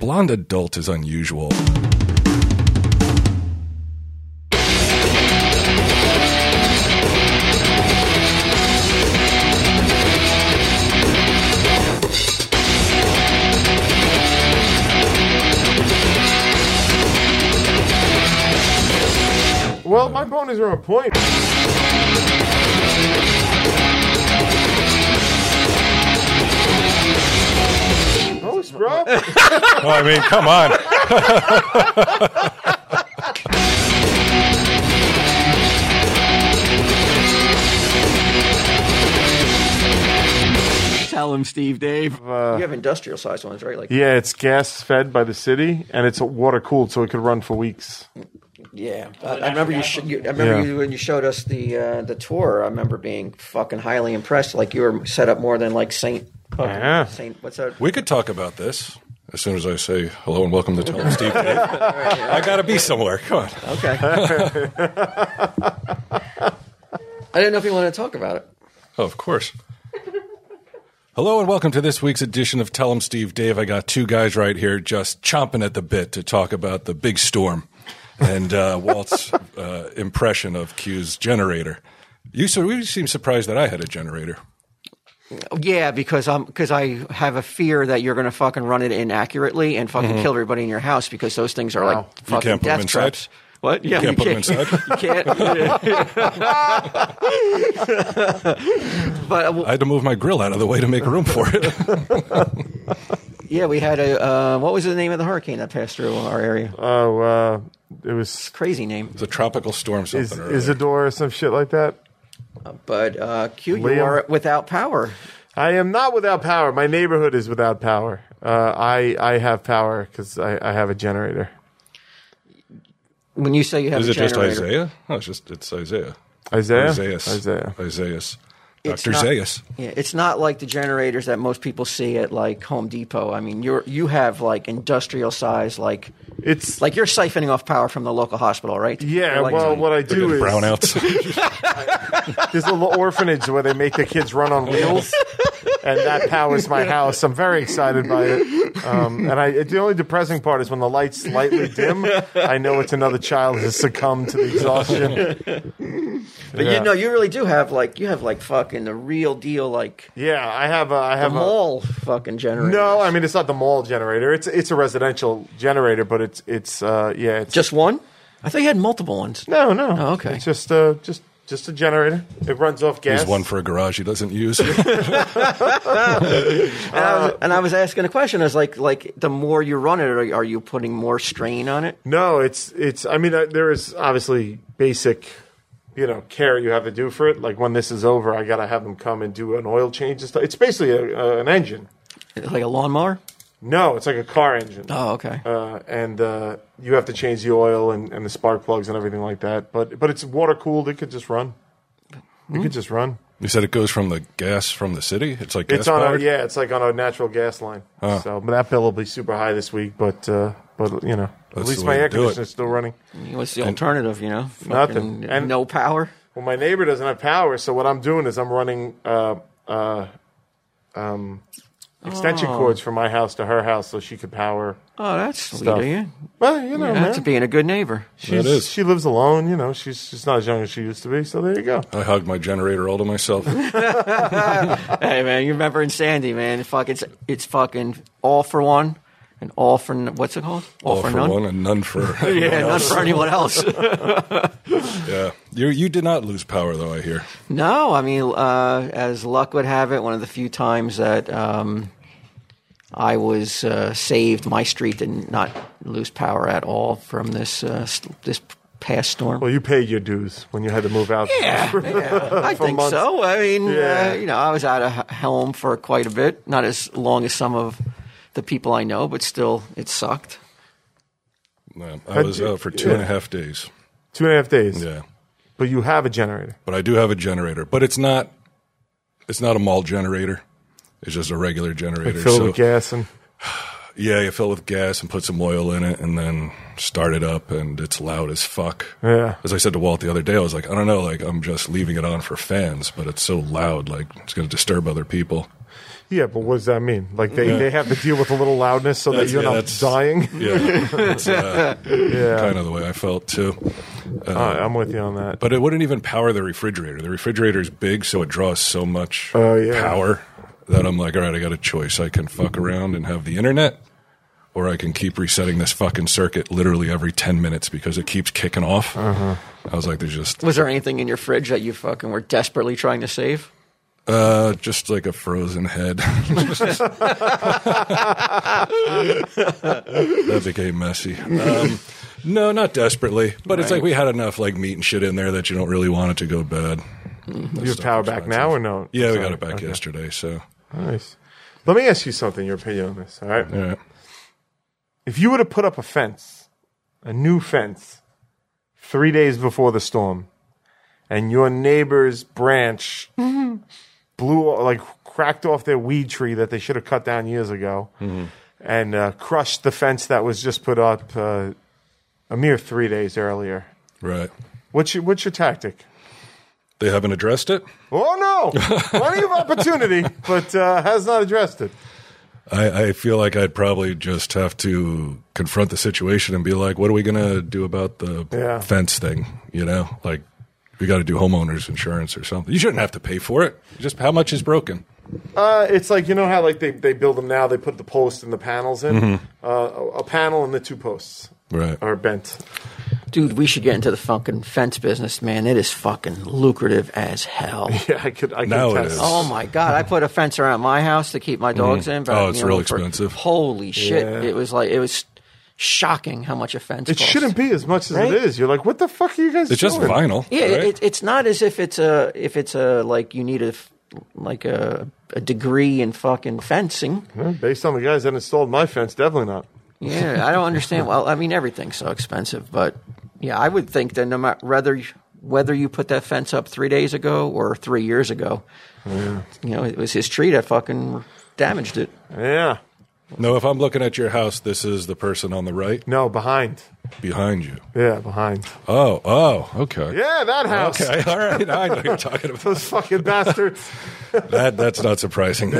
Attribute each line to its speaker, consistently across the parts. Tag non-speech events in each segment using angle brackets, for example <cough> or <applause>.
Speaker 1: blonde adult is unusual.
Speaker 2: Well, my ponies are on point. Oh,
Speaker 3: <laughs>
Speaker 2: bro.
Speaker 3: Oh, I mean, come on.
Speaker 4: Tell him, Steve, Dave.
Speaker 5: You have industrial sized ones, right? Like, yeah.
Speaker 2: yeah, it's gas fed by the city, and it's water cooled, so it could run for weeks.
Speaker 5: I, I remember you. Sh- you I remember
Speaker 2: Yeah.
Speaker 5: you, when you showed us the uh, the tour. I remember being fucking highly impressed. Like you were set up more than like Saint. fucking
Speaker 2: Yeah.
Speaker 5: Saint. What's that?
Speaker 1: We could talk about this as soon as I say hello and welcome to Tell 'em Steve. Dave. I got to be somewhere. Come on.
Speaker 5: Okay.
Speaker 1: <laughs>
Speaker 5: I didn't know if you wanted to talk about it.
Speaker 1: Oh, of course. Hello and welcome to this week's edition of Tell 'em Steve Dave. I got two guys right here just chomping at the bit to talk about the big storm and uh, Walt's uh, impression of Q's generator. You, so you seem surprised that I had a generator.
Speaker 5: Yeah, because I'm because I have a fear that you're going to fucking run it inaccurately and fucking kill everybody in your house because those things are like fucking
Speaker 1: Mm-hmm. can't put
Speaker 5: death
Speaker 1: them inside?
Speaker 5: traps. What? Yeah,
Speaker 1: can't put them
Speaker 5: you can't. <laughs> but uh,
Speaker 1: I had to move my grill out of the way to make room for it. <laughs>
Speaker 5: yeah, we had a uh, what was the name of the hurricane that passed through our area?
Speaker 2: Oh, uh, it was
Speaker 5: Crazy name.
Speaker 1: It's a tropical storm
Speaker 2: is
Speaker 1: something or other.
Speaker 2: Isadora or some shit like that.
Speaker 5: But uh, Q, you
Speaker 2: Liam.
Speaker 5: are without power.
Speaker 2: I am not without power. My neighborhood is without power. Uh, I I have power because I, I have a generator.
Speaker 5: When you say you have
Speaker 1: Is
Speaker 5: a
Speaker 1: it just
Speaker 5: generator,
Speaker 1: Isaiah? No, it's just it's Isaiah.
Speaker 2: Isaiah.
Speaker 1: Isaiah.
Speaker 2: Isaiah.
Speaker 1: Isaiah.
Speaker 5: It's
Speaker 1: Dr.
Speaker 5: not-
Speaker 1: Zaius.
Speaker 5: Yeah, it's not like the generators that most people see at like Home Depot. I mean, you're you have like industrial size, like
Speaker 2: It's like
Speaker 5: like you're siphoning off power from the local hospital, right?
Speaker 2: yeah.
Speaker 5: You're like-
Speaker 2: well, what I do is
Speaker 5: <laughs>
Speaker 1: Brownouts.
Speaker 2: There's a little orphanage where they make the kids run on wheels, and that powers
Speaker 5: <laughs>
Speaker 2: my house. I'm very excited by it. Um, and I, the only depressing part is when the lights slightly dim. I know it's another child has succumbed to the exhaustion.
Speaker 5: but
Speaker 2: yeah.
Speaker 5: you know, you really do have like you have like fucking the real deal, like
Speaker 2: Yeah, I have a. I
Speaker 5: the
Speaker 2: have a.
Speaker 5: mall fucking generator.
Speaker 2: No, I mean it's not the mall generator. It's it's a residential generator, but it's it's uh, yeah. It's
Speaker 5: just one. I thought you had multiple ones.
Speaker 2: no, no.
Speaker 5: Oh, okay.
Speaker 2: It's just uh, just just a generator. It runs off gas.
Speaker 1: There's one for a garage he doesn't use.
Speaker 5: And, I
Speaker 2: Uh,
Speaker 5: was, Uh, and I was asking a question. I was like, like the more you run it, are, are you putting more strain on it?
Speaker 2: No, it's it's. I mean, uh, there is obviously basic, you know, care you have to do for it. Like when this is over, I gotta have them come and do an oil change and stuff. It's basically a, uh, an engine.
Speaker 5: Like a lawnmower?
Speaker 2: No, it's like a car engine.
Speaker 5: Oh, okay.
Speaker 2: Uh, and uh, you have to change the oil and, and the spark plugs and everything like that. But but it's water cooled. It could just run. It
Speaker 1: Hmm.
Speaker 2: could just run.
Speaker 1: you said it goes from the gas from the city? It's like gas
Speaker 2: it's on
Speaker 1: powered? Oh.
Speaker 2: a yeah. It's like on a natural gas line. So but that bill will be super high this week. But uh, but you know, at
Speaker 1: That's
Speaker 2: least
Speaker 1: the
Speaker 2: my
Speaker 1: way
Speaker 2: air
Speaker 1: to do it.
Speaker 2: conditioner's still running.
Speaker 5: What's the alternative? You know,
Speaker 2: Nothing.
Speaker 5: Fucking
Speaker 2: And-
Speaker 5: no power.
Speaker 2: Well, my neighbor doesn't have power, so what I'm doing is I'm running uh, uh, um, extension cords from my house to her house so she could power.
Speaker 5: Oh, that's sweet
Speaker 2: Stuff.
Speaker 5: of you.
Speaker 2: Well, you know, man,
Speaker 5: That's being a good neighbor.
Speaker 2: she's,
Speaker 1: That is.
Speaker 2: she lives alone. You know, she's she's not as young as she used to be. So there you go.
Speaker 1: I hugged my generator all to myself.
Speaker 5: <laughs> Hey man, you remember in Sandy, man? Fuck, it's it's fucking all for one and all for n- what's it called? All,
Speaker 1: all for
Speaker 5: none.
Speaker 1: one and none for
Speaker 5: <laughs> Yeah,
Speaker 1: everyone
Speaker 5: none
Speaker 1: else.
Speaker 5: for
Speaker 2: <laughs>
Speaker 5: anyone else.
Speaker 1: Yeah. You you did not lose power though, I hear.
Speaker 5: no, I mean, uh, as luck would have it, one of the few times that um, I was uh, saved, my street did not lose power at all from this uh, st- this past storm.
Speaker 2: Well, you paid your dues when you had to move out.
Speaker 5: Yeah, yeah, I
Speaker 2: For
Speaker 5: think
Speaker 2: months.
Speaker 5: so. I mean,
Speaker 2: Yeah.
Speaker 5: uh, you know, I was out of h- home for quite a bit, not as long as some of the people I know, but still, it sucked.
Speaker 1: Yeah. Um, I was out for two and a half days.
Speaker 2: <laughs> Two and a half days.
Speaker 1: Yeah.
Speaker 2: But you have a generator.
Speaker 1: But I do have a generator. But it's not it's not a mall generator. It's just a regular generator.
Speaker 2: Filled
Speaker 1: so
Speaker 2: with gas and
Speaker 1: yeah, you fill it with gas and put some oil in it and then start it up and it's loud as fuck.
Speaker 2: Yeah.
Speaker 1: As I said to Walt the other day, I was
Speaker 2: <laughs>
Speaker 1: like, I don't know, like I'm just leaving it on for fans, but it's so loud, like it's gonna disturb other people.
Speaker 2: Yeah, but what does that mean? Like they, they have to deal with a little loudness so that
Speaker 1: That's-
Speaker 2: you're
Speaker 1: yeah,
Speaker 2: not
Speaker 1: that's- <laughs>
Speaker 2: dying.
Speaker 1: Yeah, that's uh,
Speaker 2: Yeah,
Speaker 1: kind of the way I felt too.
Speaker 2: Uh, I'm with you on that.
Speaker 1: But it wouldn't even power the refrigerator. The refrigerator is big, so it draws so much
Speaker 2: Oh, yeah.
Speaker 1: power that I'm like, all right, I got a choice. I can fuck around and have the internet, or I can keep resetting this fucking circuit literally every 10 minutes because it keeps kicking off.
Speaker 2: Uh-huh.
Speaker 1: I was like, there's just
Speaker 5: Was there anything in your fridge that you fucking were desperately trying to save?
Speaker 1: uh, just like a frozen
Speaker 2: <laughs>
Speaker 1: head. that became messy. Um, no, not desperately, but it's like we had enough like meat and shit in there that you don't really want it to go bad.
Speaker 2: You have power back now or no?
Speaker 1: Yeah, we
Speaker 2: Sorry.
Speaker 1: got it back yesterday, so.
Speaker 2: Nice. Let me ask you something. Your opinion on this? All right.
Speaker 1: All right.
Speaker 2: If you were to put up a fence, a new fence, three days before the storm, and your neighbor's branch blew, like, cracked off their weed tree that they should have cut down years ago, and uh, crushed the fence that was just put up uh, a mere three days earlier,
Speaker 1: Right.
Speaker 2: what's your, what's your tactic?
Speaker 1: They haven't addressed it.
Speaker 2: Oh no! Plenty of opportunity, but uh, has not addressed it.
Speaker 1: I, I feel like I'd probably just have to confront the situation and be like, what are we going to do about the
Speaker 2: Yeah.
Speaker 1: fence thing? You know, like we got to do homeowners insurance or something. You shouldn't have to pay for it. Just how much is broken?
Speaker 2: Uh, it's like you know how like they, they build them now. They put the post and the panels in.
Speaker 1: Mm-hmm.
Speaker 2: Uh, a a panel and the two posts
Speaker 1: Right.
Speaker 2: are bent. <laughs>
Speaker 5: Dude, we should get into the fucking fence business, man. It is fucking lucrative
Speaker 2: <laughs>
Speaker 5: as hell.
Speaker 2: Yeah, I could. I could
Speaker 1: Now it
Speaker 2: test.
Speaker 1: is.
Speaker 5: Oh my god! I put a fence around my house to keep my dogs in. But
Speaker 1: Oh,
Speaker 5: I-
Speaker 1: it's
Speaker 5: you know,
Speaker 1: real
Speaker 5: for-
Speaker 1: expensive.
Speaker 5: Holy shit!
Speaker 2: Yeah.
Speaker 5: It was like it was shocking how much a fence.
Speaker 2: It
Speaker 5: cost.
Speaker 2: shouldn't be as much as
Speaker 5: Right?
Speaker 2: it is. You're like, what the fuck are you guys?
Speaker 1: It's just
Speaker 2: doing?
Speaker 1: vinyl.
Speaker 5: Yeah,
Speaker 1: right?
Speaker 5: it, it's not as if it's a if it's a like you need a f- like a a degree in fucking fencing.
Speaker 2: Well, Based on the guys that installed my fence, definitely not.
Speaker 5: Yeah, I don't understand. Well, I mean everything's so expensive, but yeah, I would think that no matter whether whether you put that fence up three days ago or three years ago, you know it was his tree that fucking damaged it.
Speaker 2: Yeah.
Speaker 1: no, if I'm looking at your house, this is the person on the right
Speaker 2: No, behind.
Speaker 1: behind you.
Speaker 2: Yeah, behind.
Speaker 1: Oh, oh, okay.
Speaker 2: Yeah, that house.
Speaker 1: Okay, all right. Now I know what you're talking about
Speaker 2: Those fucking bastards. <laughs>
Speaker 1: that. That's not surprising.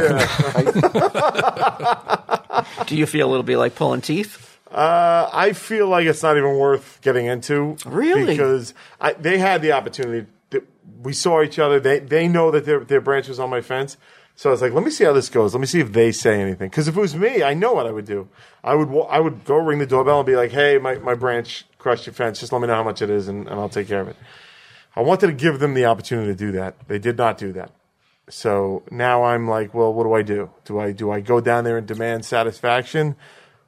Speaker 5: Do you feel it'll be like pulling teeth?
Speaker 2: Uh, I feel like it's not even worth getting into.
Speaker 5: Really?
Speaker 2: Because I, they had the opportunity. Th- We saw each other. They they know that their their branch was on my fence. So I was like, let me see how this goes. Let me see if they say anything. Because if it was me, I know what I would do. I would wa- I would go ring the doorbell and be like, hey, my, my branch crushed your fence. Just let me know how much it is, and, and I'll take care of it. I wanted to give them the opportunity to do that. They did not do that. So now I'm like, well, what do I do? Do I do I go down there and demand satisfaction,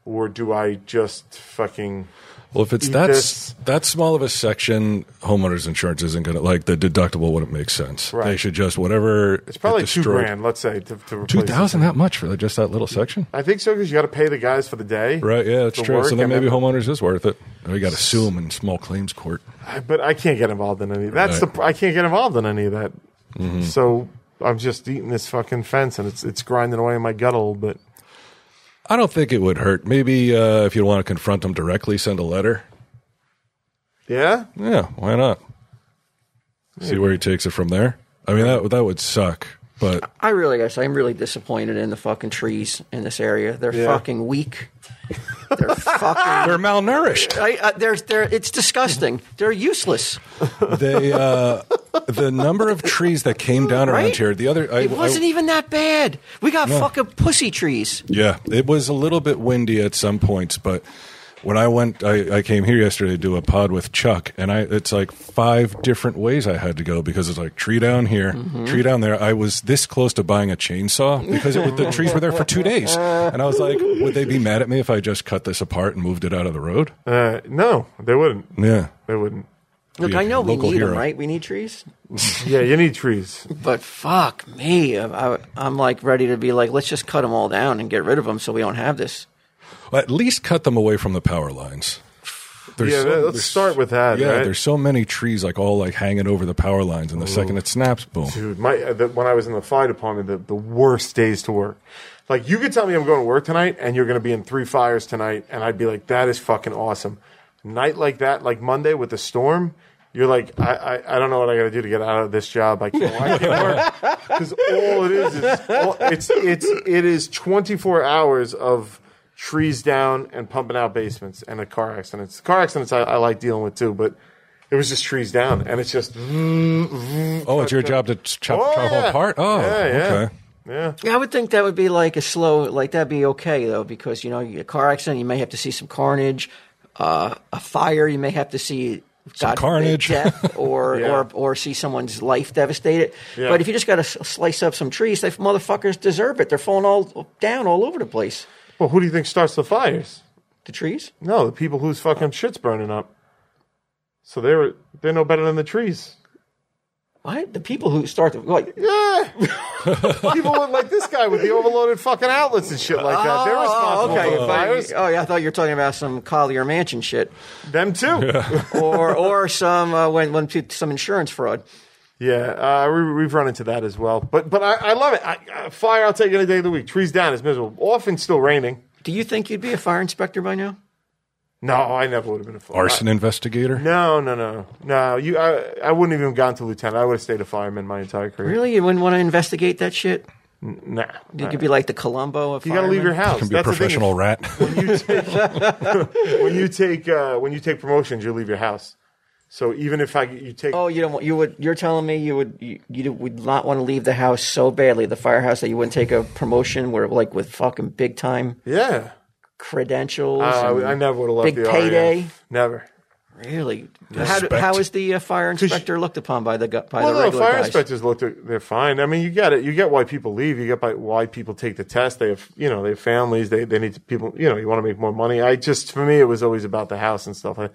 Speaker 2: or do I just fucking?
Speaker 1: Well, if it's
Speaker 2: Eat
Speaker 1: that
Speaker 2: this.
Speaker 1: that small of a section, homeowners insurance isn't going to like the deductible wouldn't make sense.
Speaker 2: Right.
Speaker 1: They should just whatever.
Speaker 2: It's probably two grand, let's say, to, to replace.
Speaker 1: Two
Speaker 2: it.
Speaker 1: thousand that much for like, just that little section,
Speaker 2: I think so because you got to pay the guys for the day,
Speaker 1: right? Yeah, that's
Speaker 2: the
Speaker 1: true.
Speaker 2: work
Speaker 1: So then
Speaker 2: and
Speaker 1: maybe homeowners is worth it. We got to sue them in small claims court.
Speaker 2: I- But I can't get involved in any. That's
Speaker 1: Right. Mm-hmm.
Speaker 2: the. I can't get involved in any of that. So I'm just eating this fucking fence, and it's it's grinding away in my gut a little bit.
Speaker 1: I don't think it would hurt. Maybe uh, if you want to confront them directly, send a letter.
Speaker 2: Yeah,
Speaker 1: Yeah, why not? See where he takes it from there. I mean, that that would suck,
Speaker 2: <laughs>
Speaker 1: but
Speaker 5: I really guess I'm really disappointed in the fucking trees in this area. They're fucking weak.
Speaker 1: <laughs>
Speaker 5: They're fucking.
Speaker 1: they're malnourished.
Speaker 5: I, uh, they're, they're, it's disgusting. They're useless.
Speaker 1: They uh, the number of trees that came down around
Speaker 5: Right?
Speaker 1: here. The other I,
Speaker 5: It wasn't
Speaker 1: I-
Speaker 5: even that bad. We got fucking pussy trees.
Speaker 1: Yeah, it was a little bit windy at some points, but when I went, I, I came here yesterday to do a pod with Chuck, and I it's like five different ways I had to go because it's like tree down here,
Speaker 5: Mm-hmm.
Speaker 1: tree down there. I was this close to buying a chainsaw because it, the trees were there for two days, and I was like, would they be mad at me if I just cut this apart and moved it out of the
Speaker 2: <laughs>
Speaker 1: road?
Speaker 2: uh, no, they wouldn't.
Speaker 1: Yeah,
Speaker 2: They wouldn't.
Speaker 5: Look,
Speaker 1: Be a
Speaker 5: I know we
Speaker 1: local
Speaker 5: need them,
Speaker 1: hero.
Speaker 5: right? We need trees.
Speaker 2: Yeah, you need trees.
Speaker 5: But fuck me. I, I, I'm like ready to be like, let's just cut them all down and get rid of them so we don't have this.
Speaker 1: Well, at least cut them away from the power lines. There's
Speaker 2: yeah,
Speaker 1: so-
Speaker 2: that- let's
Speaker 1: there's-
Speaker 2: start with that.
Speaker 1: Yeah,
Speaker 2: right?
Speaker 1: there's so many trees like all like hanging over the power lines, and the second it snaps, boom.
Speaker 2: dude. My uh, the, when I was in the fire department, the, the worst days to work. Like you could tell me I'm going to work tonight, and you're going to be in three fires tonight, and I'd be like, that is fucking awesome. Night like that, like Monday with the storm, You're like, I, I, I don't know what I got to do to get out of this job. I can't, I can't work because all it is is all- it's it's it is 24 hours of trees down and pumping out basements and a car accidents. Car accidents I, I like dealing with too, but it was just trees down and it's just
Speaker 1: Oh, it's your job to chop,
Speaker 2: Oh,
Speaker 1: chop
Speaker 2: yeah.
Speaker 1: apart? Oh,
Speaker 2: Yeah, yeah.
Speaker 1: okay.
Speaker 2: yeah.
Speaker 5: Yeah, I would think that would be like a slow, like that'd be okay though, because you know, a car accident, you may have to see some carnage, uh, a fire, you may have to see God forbid,
Speaker 1: carnage.
Speaker 2: <laughs>
Speaker 5: death, or,
Speaker 2: Yeah.
Speaker 5: or or see someone's life devastated.
Speaker 2: Yeah.
Speaker 5: But if you just got to slice up some trees, they motherfuckers deserve it. They're falling all down all over the place.
Speaker 2: Well, who do you think starts the fires?
Speaker 5: The trees.
Speaker 2: No, the people whose fucking shit's burning up. So they're they're no better than the trees.
Speaker 5: What? The people who start the what?
Speaker 2: Yeah. <laughs> People with- like this guy with the overloaded fucking outlets and shit like that. They're responsible
Speaker 5: okay.
Speaker 2: for the fires.
Speaker 5: oh yeah, I thought you were talking about some Collier Mansion shit,
Speaker 2: Them too. <laughs> Yeah,
Speaker 5: or or some uh, when when pe- some insurance fraud.
Speaker 2: uh, we, we've run into that as well. But but I, I love it. I, uh, fire, I'll take any day of the week. Trees down is miserable. Often still raining.
Speaker 5: Do you think you'd be a fire inspector by now?
Speaker 2: No, I never would have been a fire.
Speaker 1: Arson investigator?
Speaker 2: No, no, no, no. You, I, I wouldn't even have gone to lieutenant. I would have stayed a fireman my entire career.
Speaker 5: Really, you wouldn't want to investigate that shit.
Speaker 2: Nah.
Speaker 5: You could be like the Columbo. Of
Speaker 2: You got to leave your house.
Speaker 1: Can be
Speaker 2: That's
Speaker 1: a
Speaker 2: the thing.
Speaker 1: professional
Speaker 2: <laughs>
Speaker 1: rat.
Speaker 2: when you take uh, when you take promotions, you leave your house. So even if I you take
Speaker 5: Oh, you don't. Want, you would. You're telling me you would. You, you would not want to leave the house so badly, the firehouse, that you wouldn't take a promotion where, like, with fucking big time
Speaker 2: yeah,
Speaker 5: credentials.
Speaker 2: uh,
Speaker 5: and
Speaker 2: I never would have left
Speaker 5: big
Speaker 2: the
Speaker 5: payday.
Speaker 2: RAF. Never.
Speaker 5: Really? How, do- how is the uh, fire inspector looked upon by the gu- by
Speaker 2: Well,
Speaker 5: the
Speaker 2: no,
Speaker 5: regular
Speaker 2: fire
Speaker 5: guys?
Speaker 2: inspectors look they're- they're fine. I mean, you get it. You get why people leave. You get by, why people take the test. They have you know they have families. They they need to, people. You know you want to make more money. I just for me it was always about the house and stuff like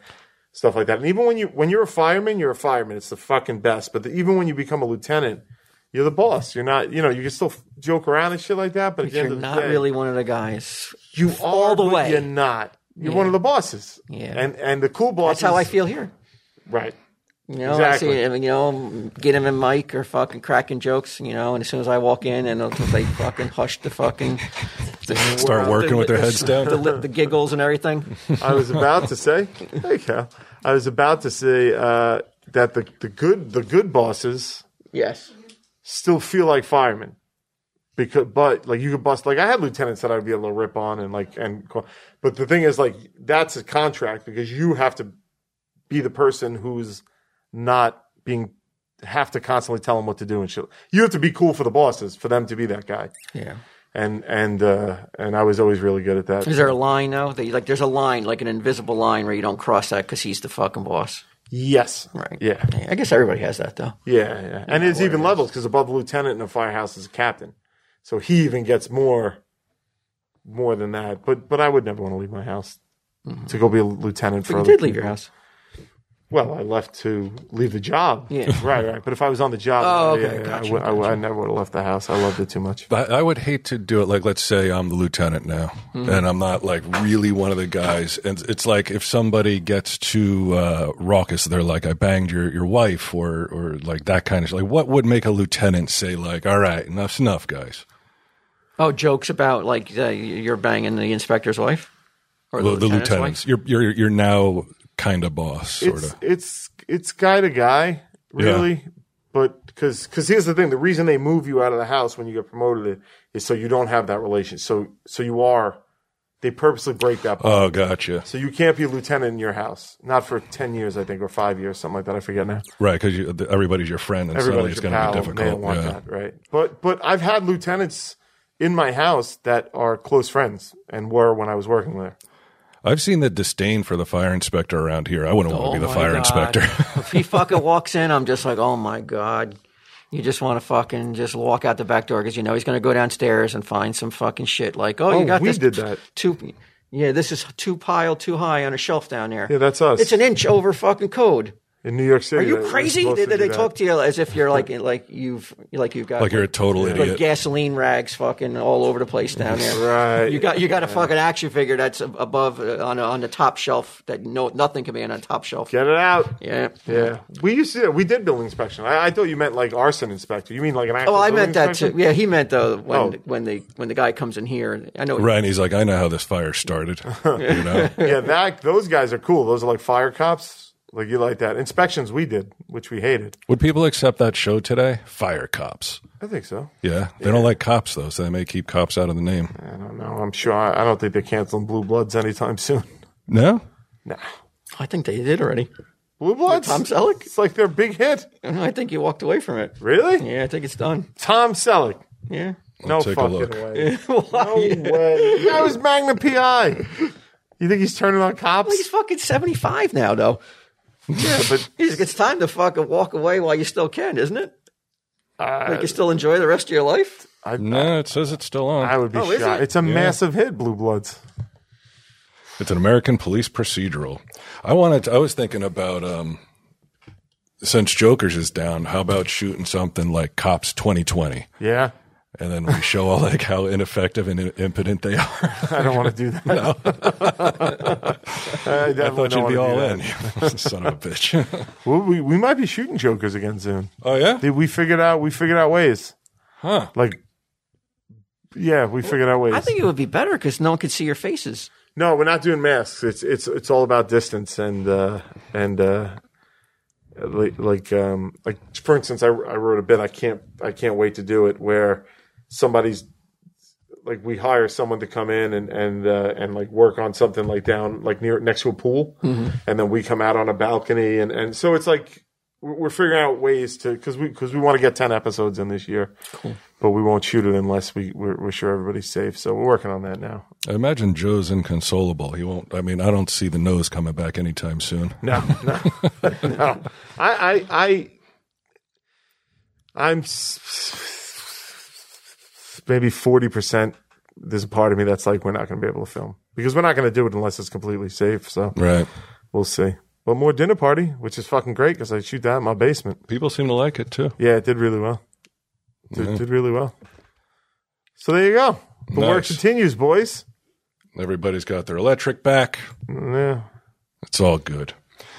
Speaker 2: stuff like that. And even when you when you're a fireman, you're a fireman. It's the fucking best. But the, even when you become a lieutenant. You're the boss. You're not. You know. You can still f- joke around and shit like that, but, at the
Speaker 5: You're
Speaker 2: end of the
Speaker 5: not
Speaker 2: day-
Speaker 5: really one of the guys.
Speaker 2: You are
Speaker 5: all the
Speaker 2: but
Speaker 5: way.
Speaker 2: You're not. You're one of the bosses.
Speaker 5: Yeah.
Speaker 2: And and the cool bosses.
Speaker 5: That's how I feel here.
Speaker 2: Right.
Speaker 5: You know, I
Speaker 2: Exactly.
Speaker 5: see, I mean, you know, get him and Mike are fucking cracking jokes, you know, and as soon as I walk in and they'll- they fucking hush the fucking. the-
Speaker 1: <laughs> Start working with their heads down.
Speaker 5: The, lip- the giggles and everything.
Speaker 2: I was about to
Speaker 5: <laughs>
Speaker 2: say. Hey, Cal. I was about to say uh, that the, the good the good bosses
Speaker 5: Yes.
Speaker 2: still feel like firemen. Because, but like you could bust, like I had lieutenants that I'd be able to rip on and like, and, call- but the thing is like, that's a contract because you have to be the person who's not being, have to constantly tell them what to do and shit. You have to be cool for the bosses for them to be that guy.
Speaker 5: Yeah.
Speaker 2: and and uh, and I was always really good at that.
Speaker 5: Is there a line though? That you, like, there's a line, like an invisible line, where you don't cross that because he's the fucking boss.
Speaker 2: yes,
Speaker 5: Right.
Speaker 2: yeah,
Speaker 5: Yeah, I guess everybody has that though.
Speaker 2: yeah, yeah. And it's even levels because above the lieutenant in a firehouse is a captain, so he even gets more more than that. But but I would never want to leave my house to go be a lieutenant for.
Speaker 5: Mm-hmm. But you
Speaker 2: other
Speaker 5: did leave your
Speaker 2: people.
Speaker 5: house.
Speaker 2: Well, I left to leave the job.
Speaker 5: Yeah.
Speaker 2: right, right. But if I was on the job,
Speaker 5: Oh,
Speaker 2: yeah,
Speaker 5: okay,
Speaker 2: yeah, I
Speaker 5: gotcha,
Speaker 2: would- I, would- I never would have left the house. I loved it too much.
Speaker 1: I, I would hate to do it. Like, let's say I'm the lieutenant now,
Speaker 2: Hmm.
Speaker 1: and I'm not like really one of the guys. And it's like if somebody gets too uh, raucous, they're like, "I banged your, your wife," or or like that kind of like. What would make a lieutenant say like, "All right, enough's enough, guys"?
Speaker 5: Oh, jokes about like uh, you're banging the inspector's wife or
Speaker 1: The, the lieutenants,
Speaker 5: wife?
Speaker 1: you're you're you're now kind of boss, sort
Speaker 2: it's
Speaker 1: of.
Speaker 2: it's it's guy to guy, really. But because because here's the thing: the reason they move you out of the house when you get promoted is so you don't have that relation. So so you are they purposely break that. bond.
Speaker 1: Oh, gotcha.
Speaker 2: so you can't be a lieutenant in your house, not for ten years, I think, or five years, something like that. I forget now.
Speaker 1: Right, because you, th- everybody's your friend, and suddenly
Speaker 2: Everybody's
Speaker 1: it's
Speaker 2: your
Speaker 1: going to
Speaker 2: pal.
Speaker 1: be
Speaker 2: They don't
Speaker 1: difficult.
Speaker 2: want
Speaker 1: Yeah.
Speaker 2: that, right? But but I've had lieutenants in my house that are close friends and were when I was working there.
Speaker 1: I've seen the disdain for the fire inspector around here. I wouldn't want
Speaker 2: Oh
Speaker 1: to be the
Speaker 5: my
Speaker 1: fire
Speaker 5: God.
Speaker 1: inspector.
Speaker 2: <laughs>
Speaker 1: <laughs>
Speaker 5: if he fucking walks in, I'm just like, oh my god. You just want to fucking just walk out the back door because you know he's going to go downstairs and find some fucking shit. Like, oh,
Speaker 2: Oh,
Speaker 5: you got
Speaker 2: we
Speaker 5: this
Speaker 2: did that.
Speaker 5: two. Yeah, this is two pile too high on a shelf down there.
Speaker 2: Yeah, that's us.
Speaker 5: It's an inch over fucking code.
Speaker 2: in New York
Speaker 5: Are
Speaker 2: City.
Speaker 5: you crazy? They, they, they
Speaker 2: talked.
Speaker 5: talk to you as if you're
Speaker 2: <laughs>
Speaker 5: like like you've like you've got
Speaker 1: like you're a total
Speaker 5: put
Speaker 1: idiot.
Speaker 5: gasoline rags fucking all over the place down there.
Speaker 2: Right.
Speaker 5: You got you got a fucking action figure that's ab- above uh, on a, on the top shelf that no nothing can be on a top shelf.
Speaker 2: Get it out.
Speaker 5: Yeah.
Speaker 2: Yeah, we used to. We did building inspection. I, I thought you meant like arson inspector. You mean like an actual?
Speaker 5: Oh, I
Speaker 2: building
Speaker 5: meant that too.
Speaker 2: inspection?
Speaker 5: Yeah, he meant though when
Speaker 2: Oh.
Speaker 5: when the when the guy comes in here. I know.
Speaker 1: Right, and he's like,
Speaker 2: <laughs>
Speaker 1: I know how this fire started. You know,
Speaker 2: Yeah, that those guys are cool. Those are like fire cops. Like you like that. Inspections we did, which we hated.
Speaker 1: Would people accept that show today? Fire cops.
Speaker 2: I think so.
Speaker 1: Yeah, they don't like cops though, so they may keep cops out of the name.
Speaker 2: I don't know. I'm sure. I, I don't think they're canceling Blue Bloods anytime <laughs> soon.
Speaker 1: No,
Speaker 2: Nah.
Speaker 5: I think they did already.
Speaker 2: Blue Bloods?
Speaker 5: Tom Selleck?
Speaker 2: It's like their big hit.
Speaker 5: I think you walked away from it.
Speaker 2: Really?
Speaker 5: Yeah, I think it's done.
Speaker 2: Tom Selleck.
Speaker 5: Yeah.
Speaker 2: No
Speaker 1: take a
Speaker 2: fucking
Speaker 1: look.
Speaker 2: way.
Speaker 5: <laughs> Why?
Speaker 2: No way. That was Magnum PI. You think he's turning on
Speaker 5: He's
Speaker 2: cops?
Speaker 5: fucking 75 now, though.
Speaker 2: Yeah, but
Speaker 5: <laughs> He's- It's time to fucking walk away while you still can, isn't it?
Speaker 2: uh,
Speaker 5: Like you still enjoy the rest of your life?
Speaker 1: no, it says it's still on.
Speaker 2: I would be
Speaker 5: Oh, is
Speaker 2: shocked.
Speaker 5: it?
Speaker 2: It's a massive hit, Blue Bloods.
Speaker 1: It's an American police procedural. I wanted. To, I was thinking about um, since Joker's is down, how about shooting something like Cops 2020,
Speaker 2: Yeah.
Speaker 1: and then we show all like how ineffective and impotent they are.
Speaker 2: <laughs> I don't want to do that. I, definitely
Speaker 1: I <laughs> thought
Speaker 2: don't
Speaker 1: you'd
Speaker 2: want
Speaker 1: be
Speaker 2: to do
Speaker 1: all
Speaker 2: that.
Speaker 1: in, <laughs> you son of a bitch. <laughs>
Speaker 2: Well, we, we might be shooting Jokers again soon.
Speaker 1: oh yeah,
Speaker 2: Did we figured out we figured out ways.
Speaker 1: huh?
Speaker 2: Like Yeah, we figured out ways.
Speaker 5: I think it would be better because no one could see your faces.
Speaker 2: no, we're not doing masks. It's it's it's all about distance and uh and uh like like um like for instance I I wrote a bit I can't I can't wait to do it where somebody's like we hire someone to come in and and uh, and like work on something like down like near next to a pool, and then we come out on a balcony and and so it's like we're we're figuring out ways to because we because we want to get ten episodes in this year, cool. but we won't shoot it unless we we're, we're sure everybody's safe. So we're working on that now.
Speaker 1: I imagine Joe's inconsolable. He won't. I mean, I don't see the nose coming back anytime soon.
Speaker 2: No, no, <laughs> no. I I I I'm s- maybe forty percent. There's a part of me that's like we're not going to be able to film because we're not going to do it unless it's completely safe. So.
Speaker 1: Right.
Speaker 2: We'll see. But more dinner party, which is fucking great because I shoot that in my basement.
Speaker 1: People seem to like it too.
Speaker 2: Yeah, it did really well. Did,
Speaker 1: Mm-hmm.
Speaker 2: did really well. So there you go. The work
Speaker 1: Nice.
Speaker 2: continues, boys.
Speaker 1: Everybody's got their electric back.
Speaker 2: Yeah.
Speaker 1: It's all good.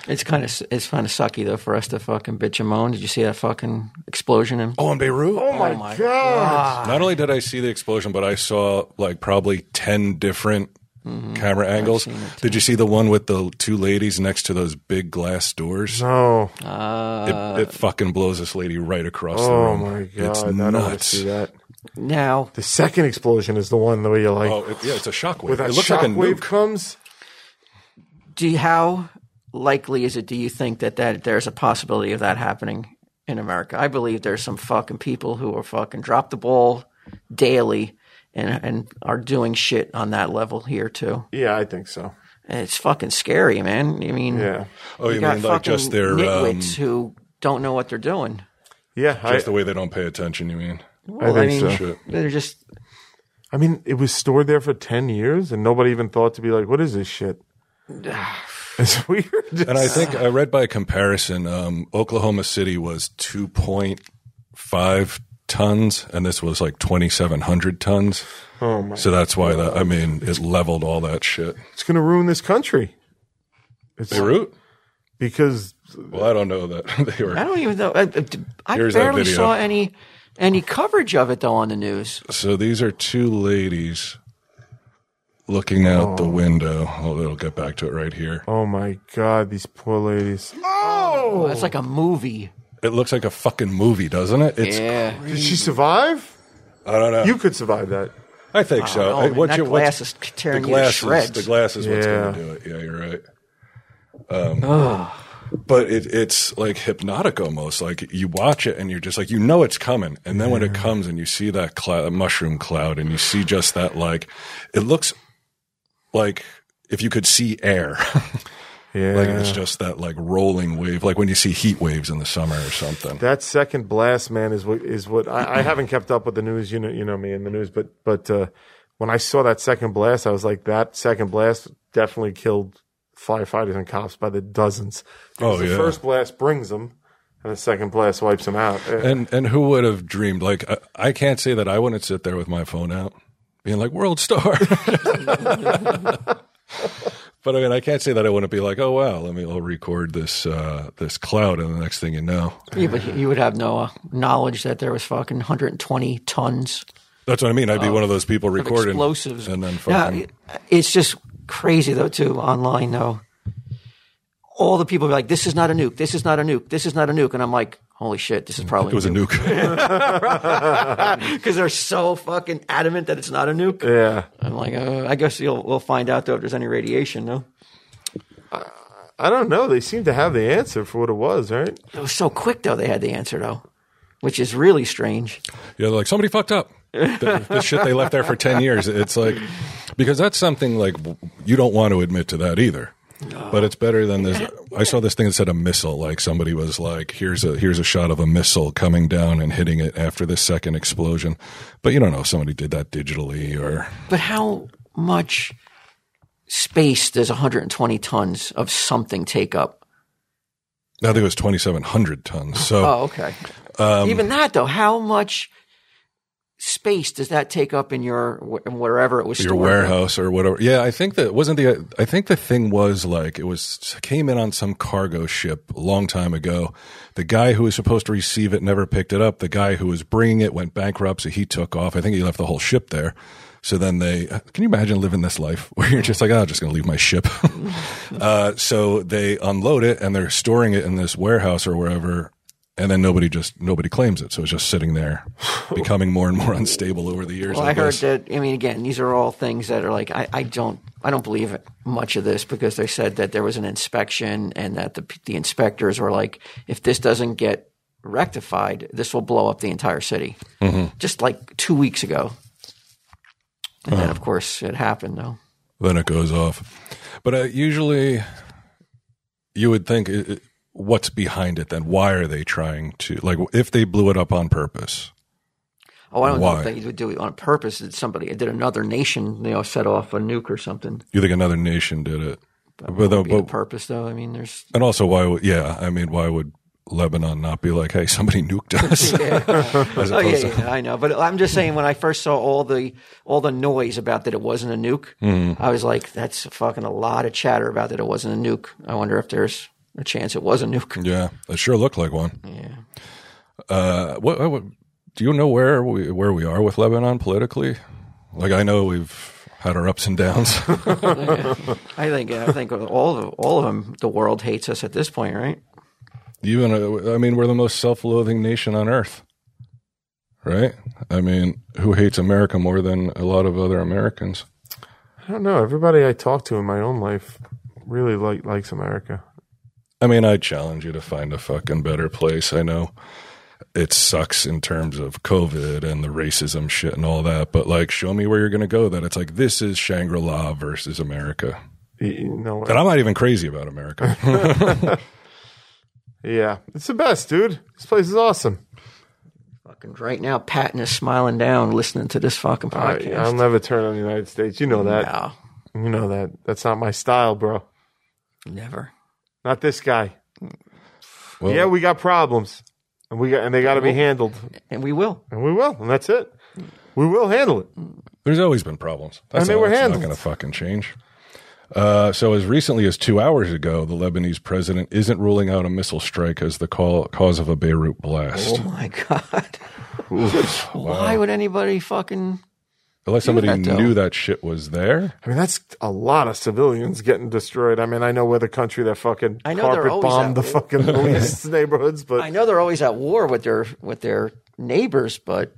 Speaker 5: It's kind of it's kind of sucky though for us to fucking bitch and moan. Did you see that fucking explosion? In-
Speaker 1: Oh, in Beirut.
Speaker 2: Oh my, god.
Speaker 1: Not only did I see the explosion, but I saw like probably 10 different
Speaker 2: Mm-hmm.
Speaker 1: camera angles. Did you see the one with the two ladies next to those big glass doors?
Speaker 2: No.
Speaker 1: it, it fucking blows this lady right across the
Speaker 2: Uh, Oh
Speaker 1: room.
Speaker 2: my god.
Speaker 1: It's
Speaker 2: I don't want to
Speaker 1: nuts.
Speaker 2: see that.
Speaker 5: now
Speaker 2: The second explosion is the one where you're like,
Speaker 1: Oh, it, yeah, it's a shockwave.
Speaker 2: where
Speaker 1: It
Speaker 2: that
Speaker 1: looks like a
Speaker 2: shockwave
Speaker 1: nuke.
Speaker 2: comes.
Speaker 5: do you, how likely is it do you think that, that there's a possibility of that happening in america i believe there's some fucking people who are fucking drop the ball daily and, and are doing shit on that level here too
Speaker 2: Yeah, I think so.
Speaker 5: And it's fucking scary man i mean
Speaker 2: Yeah.
Speaker 1: Oh, you,
Speaker 5: you got
Speaker 1: mean like
Speaker 5: fucking
Speaker 1: just their um,
Speaker 5: nitwits who don't know what they're doing
Speaker 2: Yeah. I,
Speaker 1: just the way they don't pay attention? You mean?
Speaker 5: well,
Speaker 2: think so.
Speaker 5: mean
Speaker 1: Shit.
Speaker 5: they're just
Speaker 2: I mean, it was stored there for 10 years and nobody even thought to be like, what is
Speaker 1: <sighs>
Speaker 2: this shit? It's weird.
Speaker 1: And I think I read by comparison, um, Oklahoma City was 2.5 tons, and this was like 2,700 tons. Oh my so that's why that, I mean, it leveled all that shit.
Speaker 2: it's going to ruin this country. It's
Speaker 1: Beirut?
Speaker 2: because
Speaker 1: Well, I don't know that <laughs> they
Speaker 5: i
Speaker 1: were.
Speaker 5: don't even know i, I
Speaker 1: Here's that
Speaker 5: barely
Speaker 1: video.
Speaker 5: saw any any coverage of it though on the news
Speaker 1: So these are two ladies looking out the window. Oh, it'll get back to it right here.
Speaker 2: oh my god, these poor ladies.
Speaker 5: Well, it's like a movie
Speaker 1: It looks like a fucking movie, doesn't it? It's,
Speaker 5: yeah
Speaker 2: Did she survive?
Speaker 1: I don't know.
Speaker 2: You could survive that.
Speaker 1: I think so.
Speaker 5: Oh,
Speaker 1: Hey,
Speaker 5: man,
Speaker 1: what's
Speaker 5: that
Speaker 1: your- what's-
Speaker 5: glass is tearing
Speaker 1: the
Speaker 5: you to
Speaker 1: glass
Speaker 5: shreds.
Speaker 1: is the glass is what's going
Speaker 2: Yeah.
Speaker 1: to do it. Yeah, you're right. Um, but it, it's like hypnotic almost. Like you watch it and you're just like you know it's coming, and then when it comes and you see that cloud, mushroom cloud, and you see just that like it looks like if you could see air. <laughs>
Speaker 2: Yeah.
Speaker 1: like it's just that like rolling wave, like when you see heat waves in the summer or something.
Speaker 2: that second blast, man, is what is what I, I haven't kept up with the news. You know, you know me in the news, but but uh, when I saw that second blast, I was like, that second blast definitely killed firefighters and cops by the dozens. Because
Speaker 1: Oh,
Speaker 2: the
Speaker 1: yeah.
Speaker 2: first blast brings them, and the second blast wipes them out. Eh, Yeah.
Speaker 1: And and who would have dreamed? Like I, I can't say that I wouldn't sit there with my phone out, being like world star. <laughs> but I mean, I can't say that I wouldn't be like, oh wow, let me I'll record this uh, this cloud, and the next thing you know,
Speaker 5: Yeah, but you would have no uh, knowledge that there was fucking 120 tons
Speaker 1: that's what I mean. I'd be one of those people
Speaker 5: Oh. of
Speaker 1: recording
Speaker 5: explosives.
Speaker 1: and then fucking
Speaker 5: Now, it's just crazy though, too, online though. all the people were like, "This is not a nuke. This is not a nuke. This is not a nuke." And I'm like, "Holy shit, this is probably
Speaker 1: Mm, It was a nuke.
Speaker 5: because they're so fucking adamant that it's not a nuke."
Speaker 2: Yeah.
Speaker 5: I'm like, uh, I guess you'll we'll find out though if there's any radiation. No,
Speaker 2: I don't know. They seem to have the answer for what it was, right?
Speaker 5: it was so quick though. They had the answer though, which is really strange.
Speaker 1: Yeah, they're like somebody fucked up. The, the shit they left there for ten years. It's like because that's something like you don't want to admit to that either. But it's better than this. I saw this thing that said a missile. Like somebody was like, "Here's a here's a shot of a missile coming down and hitting it after the second explosion." But you don't know if somebody did that digitally or
Speaker 5: But how much space does 120 tons of something take up?
Speaker 1: I think it was twenty seven hundred tons. So
Speaker 5: Oh, okay.
Speaker 1: um,
Speaker 5: Even that though, how much space does that take up in your wh- wherever it was
Speaker 1: your
Speaker 5: stored?
Speaker 1: warehouse or whatever. Yeah, I think that wasn't the. I think the thing was like it was came in on some cargo ship a long time ago. The guy who was supposed to receive it never picked it up. The guy who was bringing it went bankrupt, so he took off. I think he left the whole ship there. So then they can you imagine living this life <laughs> where you're just like, oh, I'm just going to leave my ship. <laughs> uh, so they unload it and they're storing it in this warehouse or wherever. And then nobody just nobody claims it, so it's just sitting
Speaker 5: <sighs>
Speaker 1: there, becoming more and more <laughs> unstable over the years.
Speaker 5: Well, I heard
Speaker 1: guess.
Speaker 5: that. I mean, again, these are all things that are like I, I don't I don't believe much of this because they said that there was an inspection and that the the inspectors were like, if this doesn't get rectified, this will blow up the entire city.
Speaker 1: Mm-hmm.
Speaker 5: Just like two weeks ago, and
Speaker 1: Uh-huh.
Speaker 5: then of course it happened though.
Speaker 1: then it goes off. But uh, usually, you would think it, it- what's behind it. Then why are they trying to like if they blew it up on purpose?
Speaker 5: Oh, I don't
Speaker 1: Why?
Speaker 5: know if they would do it on purpose. Did somebody did another nation you know set off a nuke or something?
Speaker 1: You think another nation did it? But, uh,
Speaker 5: Be on
Speaker 1: but-
Speaker 5: purpose though. I mean, there's
Speaker 1: and also why? would- Yeah, I mean, why would Lebanon not be like, hey, somebody nuked us? <laughs> As
Speaker 5: Oh <laughs> yeah,
Speaker 1: opposed to-
Speaker 5: yeah, I know. But I'm just saying, when I first saw all the all the noise about that it wasn't a nuke,
Speaker 1: Mm-hmm.
Speaker 5: I was like, "That's fucking a lot of chatter about that it wasn't a nuke." I wonder if there's a chance it was a nuke.
Speaker 1: yeah, it sure looked like one. Yeah. Uh, what, what- what? Do you know where we where we are with Lebanon politically? Like, I know we've had our ups and downs. <laughs>
Speaker 5: I think I think all of all of them, the world hates us at this point, right?
Speaker 1: even uh, I mean, we're the most self-loathing nation on earth, right? I mean, who hates America more than a lot of other Americans?
Speaker 2: I don't know. Everybody I talk to in my own life really like likes America.
Speaker 1: I mean, I challenge you to find a fucking better place. I know it sucks in terms of COVID and the racism shit and all that, but like, show me where you're going to go. That it's like this is Shangri La versus America,
Speaker 2: You- You know,
Speaker 1: and I'm not even crazy about America.
Speaker 2: yeah, it's the best, dude. This place is awesome.
Speaker 5: Fucking right now, Patton is smiling down, listening to this fucking
Speaker 2: I,
Speaker 5: podcast.
Speaker 2: I'll never turn on the United States. You know that.
Speaker 5: no,
Speaker 2: You know that. That's not my style, bro.
Speaker 5: never.
Speaker 2: Not this guy.
Speaker 1: Well,
Speaker 2: Yeah, we got problems, and we got and they got to be handled,
Speaker 5: And we will.
Speaker 2: and we will, and that's it. We will handle it.
Speaker 1: There's always been problems. That's
Speaker 2: And they
Speaker 1: not,
Speaker 2: were
Speaker 1: that's not
Speaker 2: handled.
Speaker 1: going to fucking change. Uh, so as recently as two hours ago, the Lebanese president isn't ruling out a missile strike as the call, cause of a Beirut blast.
Speaker 5: Oh my god! <laughs> Why would anybody fucking?
Speaker 1: Unless somebody
Speaker 5: that, though.
Speaker 1: knew that shit was there.
Speaker 2: I mean, that's a lot of civilians getting destroyed. I mean, I know we're the country that fucking
Speaker 5: I know they're
Speaker 2: carpet
Speaker 5: always
Speaker 2: bombed the
Speaker 5: that way. <laughs>
Speaker 2: fucking police neighborhoods, but
Speaker 5: I know they're always at war with their with their neighbors, but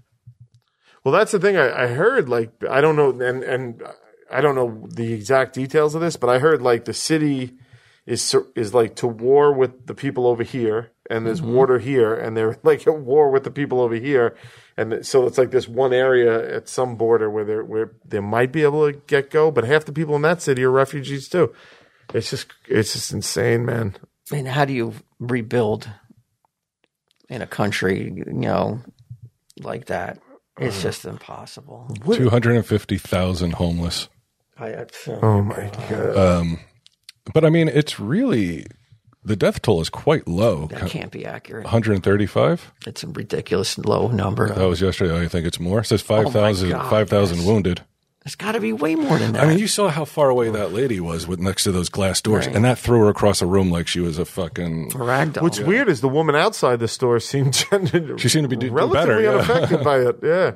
Speaker 2: Well, that's the thing I, I heard. Like, I don't know, and and I don't know the exact details of this, but I heard like the city is sur- is like to war with the people over here, and there's water here, and they're <laughs> like at war with the people over here, and th- so it's like this one area at some border where they're where they might be able to get go, but half the people in that city are refugees too. It's just it's just insane, man.
Speaker 5: and how do you rebuild in a country you know like that
Speaker 1: Mm.
Speaker 5: it's just impossible
Speaker 2: What-
Speaker 1: 250,000 homeless.
Speaker 5: I, I,
Speaker 2: Oh my god!
Speaker 1: But I mean, it's really, the death toll is quite low.
Speaker 5: that can't be accurate
Speaker 1: Uh-huh. 135?
Speaker 5: it's a ridiculous low number
Speaker 1: That was yesterday. I think it's more. It says 5,000
Speaker 5: God,
Speaker 1: 5,000 wounded.
Speaker 5: it's got to be way more than that
Speaker 1: I mean, you saw how far away that lady was with next to those glass doors, and that threw her across a room like she was a fucking
Speaker 5: ragdoll
Speaker 2: What's weird is the woman outside the store seemed <laughs> gender-
Speaker 1: She seemed to be do- do
Speaker 2: relatively
Speaker 1: better, yeah.
Speaker 2: unaffected by it. Yeah,